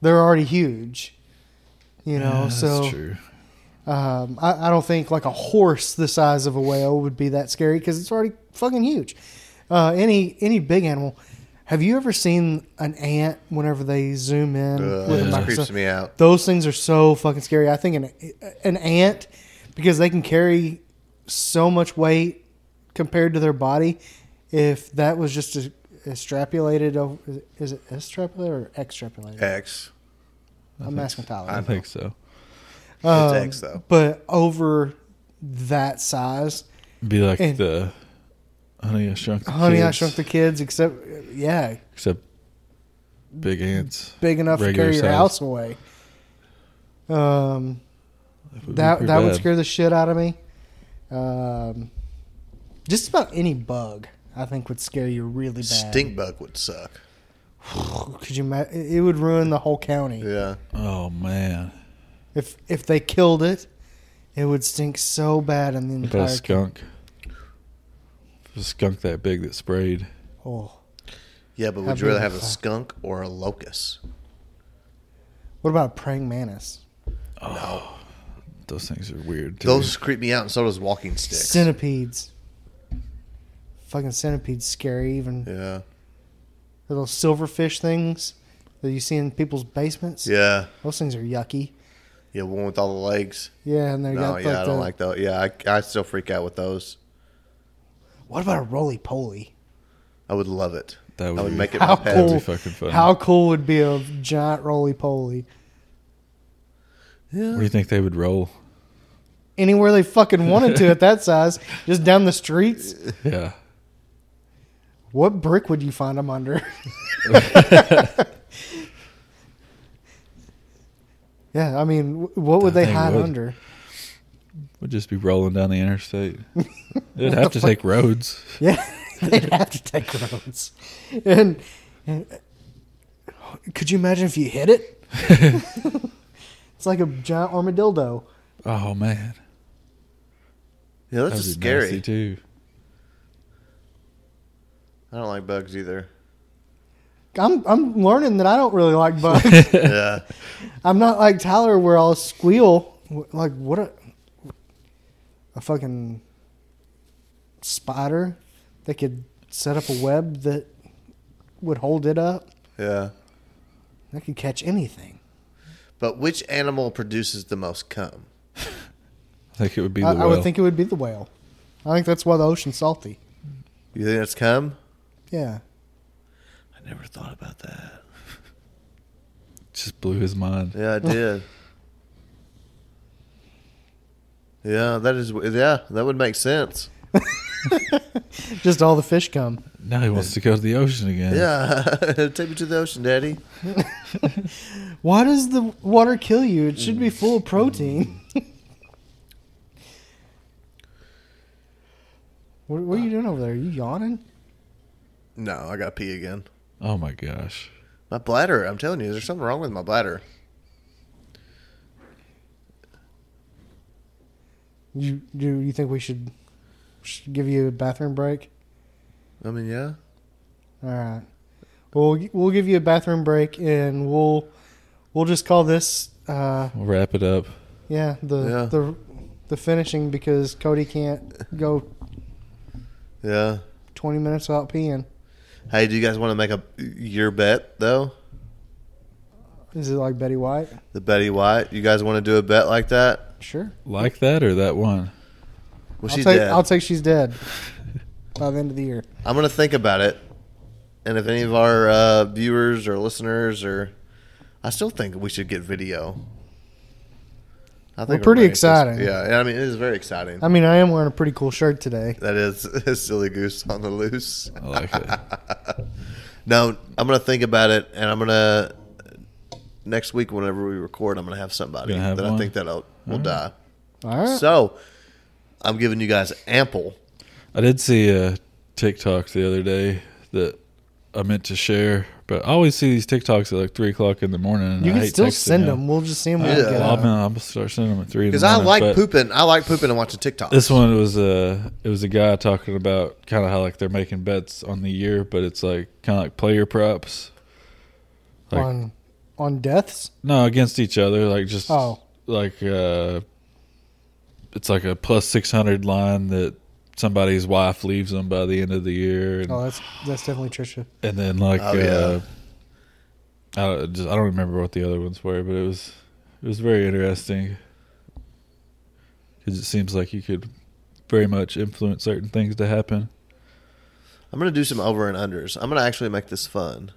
Speaker 4: They're already huge, you know.
Speaker 3: Yeah,
Speaker 4: so
Speaker 3: that's true.
Speaker 4: um, I, I don't think like a horse the size of a whale would be that scary because it's already fucking huge. Uh, any any big animal. Have you ever seen an ant whenever they zoom in
Speaker 2: Ugh,
Speaker 4: with a
Speaker 3: yeah.
Speaker 2: it
Speaker 4: microscope?
Speaker 2: creeps me out.
Speaker 4: Those things are so fucking scary. I think an an ant because they can carry so much weight compared to their body. If that was just a, extrapolated, over, is it extrapolated or extrapolated?
Speaker 2: X.
Speaker 4: I'm asking Tyler.
Speaker 3: I think so.
Speaker 2: It's
Speaker 4: Um,
Speaker 2: X though.
Speaker 4: But over that size,
Speaker 3: Be like
Speaker 4: And-
Speaker 3: the Honey I Shrunk the
Speaker 4: honey, I
Speaker 3: Kids,
Speaker 4: shrunk the kids. Except, yeah,
Speaker 3: except big ants.
Speaker 4: big enough to
Speaker 3: Regular
Speaker 4: carry your
Speaker 3: size.
Speaker 4: house away. Um,
Speaker 3: would be
Speaker 4: that
Speaker 3: pretty
Speaker 4: that would
Speaker 3: bad.
Speaker 4: scare the shit out of me. Um, just about any bug, I think, would scare you really bad.
Speaker 2: Stink bug would suck.
Speaker 4: Could you? ma- It it would ruin the whole county
Speaker 2: Yeah.
Speaker 3: Oh man,
Speaker 4: if if they killed it. It would stink so bad in the
Speaker 3: what about
Speaker 4: entire.
Speaker 3: a skunk? A skunk that big that sprayed.
Speaker 4: Oh,
Speaker 2: Yeah, but
Speaker 4: How
Speaker 2: would you rather
Speaker 4: big
Speaker 2: have a
Speaker 4: is that?
Speaker 2: skunk or a locust?
Speaker 4: what about a praying mantis?
Speaker 3: Oh, Those things are weird. Too.
Speaker 2: Those creep me out, and so does walking sticks.
Speaker 4: Centipedes. Fucking centipedes scary. Even
Speaker 2: yeah.
Speaker 4: little silverfish things that you see in people's basements.
Speaker 2: Yeah.
Speaker 4: Those things are yucky.
Speaker 2: Yeah, one with all the legs.
Speaker 4: Yeah, and they
Speaker 2: No,
Speaker 4: got
Speaker 2: yeah, I
Speaker 4: the,
Speaker 2: don't like those. Yeah, I, I still freak out with those.
Speaker 4: What about a roly poly?
Speaker 2: I would love it.
Speaker 3: That would
Speaker 2: I would
Speaker 3: be-
Speaker 2: make it my
Speaker 4: How
Speaker 2: pet.
Speaker 3: That'd be
Speaker 4: cool.
Speaker 3: fucking fun.
Speaker 4: Oh, How cool would be a giant roly poly?
Speaker 3: Where do you think they would roll?
Speaker 4: Anywhere they fucking wanted to at that size, just down
Speaker 2: (laughs)
Speaker 4: the streets. (laughs)
Speaker 3: Yeah.
Speaker 4: What brick would you find them under? (laughs) yeah, I mean, wh- what would
Speaker 3: I
Speaker 4: they
Speaker 3: think
Speaker 4: hide
Speaker 3: would.
Speaker 4: under?
Speaker 3: We'd just be rolling down the
Speaker 4: (laughs)
Speaker 3: interstate. It'd have to take roads. (laughs)
Speaker 4: Yeah, (laughs) they'd have to take (laughs) roads. And, and could you imagine if you hit it? it's like a giant armadillo.
Speaker 3: Oh man,
Speaker 2: Yeah,
Speaker 3: that
Speaker 2: that's
Speaker 3: would
Speaker 2: just
Speaker 3: be
Speaker 2: scary.
Speaker 3: nasty
Speaker 4: (laughs)
Speaker 3: too. (laughs)
Speaker 2: I don't like bugs either.
Speaker 4: I'm I'm learning that I don't really like
Speaker 3: (laughs)
Speaker 4: bugs.
Speaker 2: yeah.
Speaker 4: I'm not like Tyler where I'll squeal. Wh- Like, what a, a fucking spider that could set up a web that would hold it up.
Speaker 2: Yeah.
Speaker 4: That could catch anything.
Speaker 2: But which animal produces the most cum?
Speaker 3: I think it would be the
Speaker 4: I,
Speaker 3: whale.
Speaker 4: I would think it would be the whale. I think that's why the ocean's salty.
Speaker 2: You think that's come?
Speaker 4: Yeah.
Speaker 2: I never thought about that.
Speaker 3: Just blew his mind.
Speaker 2: Yeah, I
Speaker 4: (laughs)
Speaker 2: did. yeah, that is. Yeah, that would make sense.
Speaker 4: Just all the fish come.
Speaker 3: Now he wants to go to the ocean again.
Speaker 2: Yeah, (laughs) take me to the ocean, Daddy.
Speaker 4: Why does the water kill you? It should
Speaker 2: Mm.
Speaker 4: be full of protein. (laughs) what, what are you doing over there? Are you yawning?
Speaker 2: No, I got to pee again.
Speaker 3: Oh my gosh.
Speaker 2: My bladder. I'm telling you, there's something wrong with my bladder.
Speaker 4: You do you think we should, should give you a bathroom break?
Speaker 2: I mean, yeah.
Speaker 4: All right. Well, we'll gi- we'll give you a bathroom break, and we'll we'll just call this uh,
Speaker 3: We'll wrap it up.
Speaker 4: yeah the
Speaker 2: Yeah.
Speaker 4: the the finishing because Cody can't go
Speaker 2: Yeah.
Speaker 4: twenty minutes without peeing.
Speaker 2: Hey, do you guys want to make a your bet though?
Speaker 4: Is it like Betty White?
Speaker 2: The Betty White. You guys want to do a bet like that?
Speaker 4: Sure.
Speaker 3: Like that or that one?
Speaker 2: Well,
Speaker 4: I'll
Speaker 2: she's
Speaker 4: take,
Speaker 2: dead.
Speaker 4: I'll take she's dead by the end of the year.
Speaker 2: I'm gonna think about it, and if any of our uh, viewers or listeners or, I still think we should get video. I think
Speaker 4: pretty
Speaker 2: ready. It's just-
Speaker 4: exciting.
Speaker 2: Yeah, and I mean it is very exciting.
Speaker 4: I mean, I am wearing a pretty cool shirt today.
Speaker 2: that is (laughs) a silly goose on the loose.
Speaker 3: I like that.
Speaker 2: No, I'm gonna think about it, and I'm gonna next week whenever we record, I'm gonna have somebody
Speaker 3: Gonna have
Speaker 2: that I
Speaker 3: one?
Speaker 2: think that will will
Speaker 3: Alright.
Speaker 2: die.
Speaker 4: All right.
Speaker 2: So, I'm giving you guys ample.
Speaker 3: I did see a TikTok the other day that I meant to share, but I always see these TikToks at like three o'clock in the morning. And
Speaker 4: you
Speaker 3: I
Speaker 4: can
Speaker 3: hate
Speaker 4: still
Speaker 3: texting
Speaker 4: send
Speaker 3: them.
Speaker 4: them. We'll just see them. when
Speaker 2: Yeah.
Speaker 4: we get
Speaker 3: Well, I'm
Speaker 4: out.
Speaker 3: gonna, I'm gonna start sending them at three in the
Speaker 2: Because I
Speaker 3: morning,
Speaker 2: like
Speaker 3: but
Speaker 2: pooping. I like pooping and watching TikTok.
Speaker 3: This one was uh it was a guy talking about kind of how like they're making bets on the year, but it's like kind of like player props. Like,
Speaker 4: on on deaths.
Speaker 3: No, against each other, like just
Speaker 4: Oh.
Speaker 3: like uh, it's like a plus six hundred line that somebody's wife leaves them by the end of the year, and,
Speaker 4: Oh, that's that's definitely Trisha.
Speaker 3: and then like
Speaker 2: Oh,
Speaker 3: uh, I don't, just I don't remember what the other ones were, but it was it was very interesting because it seems like you could very much influence certain things to happen.
Speaker 2: I'm gonna do some over and unders. I'm gonna actually make this fun,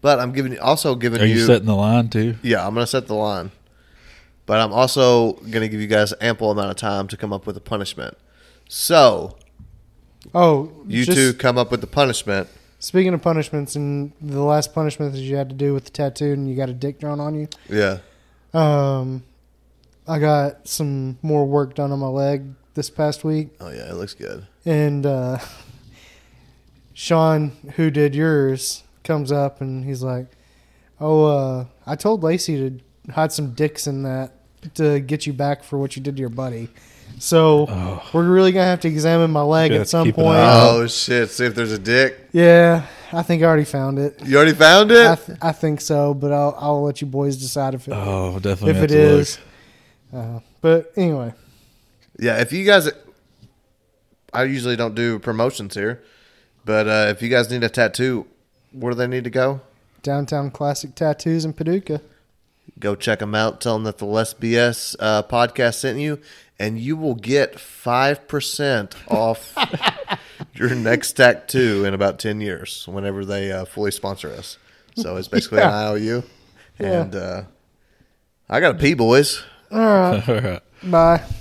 Speaker 2: but I'm giving also giving
Speaker 3: Are you, setting the line too?
Speaker 2: yeah, I'm gonna set the line, but I'm also gonna give you guys ample amount of time to come up with a punishment. So
Speaker 4: Oh,
Speaker 2: you
Speaker 4: just
Speaker 2: two come up with the punishment.
Speaker 4: Speaking of punishments, and the last punishment that you had to do with the tattoo, and you got a dick drawn on you.
Speaker 2: Yeah.
Speaker 4: Um, I got some more work done on my leg this past week,
Speaker 2: Oh yeah, it looks good.
Speaker 4: and uh, Sean, who did yours, comes up and he's like, "Oh, uh, I told Lacey to hide some dicks in that to get you back for what you did to your buddy." So
Speaker 3: Oh.
Speaker 4: we're really gonna have to examine my leg
Speaker 3: Gotta
Speaker 4: at some
Speaker 3: keep an eye
Speaker 4: point.
Speaker 3: out.
Speaker 2: Oh shit! See if there's a dick.
Speaker 4: Yeah, I think I already found it.
Speaker 2: You already found it.
Speaker 4: I, th- I think so, but I'll, I'll let you boys decide if it,
Speaker 3: Oh, definitely.
Speaker 4: if
Speaker 3: have
Speaker 4: it
Speaker 3: to look.
Speaker 4: is. Uh, but anyway,
Speaker 2: Yeah, if you guys, I usually don't do promotions here, but uh, if you guys need a tattoo, where do they need to go?
Speaker 4: downtown classic tattoos in Paducah.
Speaker 2: Go check them out. Tell them that the Less BS uh, podcast sent you, and you will get five percent
Speaker 4: (laughs)
Speaker 2: off your next tattoo in about ten years, whenever they uh, fully sponsor us. So it's basically
Speaker 4: (laughs) Yeah.
Speaker 2: an IOU, and uh, I got to pee, boys.
Speaker 4: All right,
Speaker 3: All right.
Speaker 4: bye.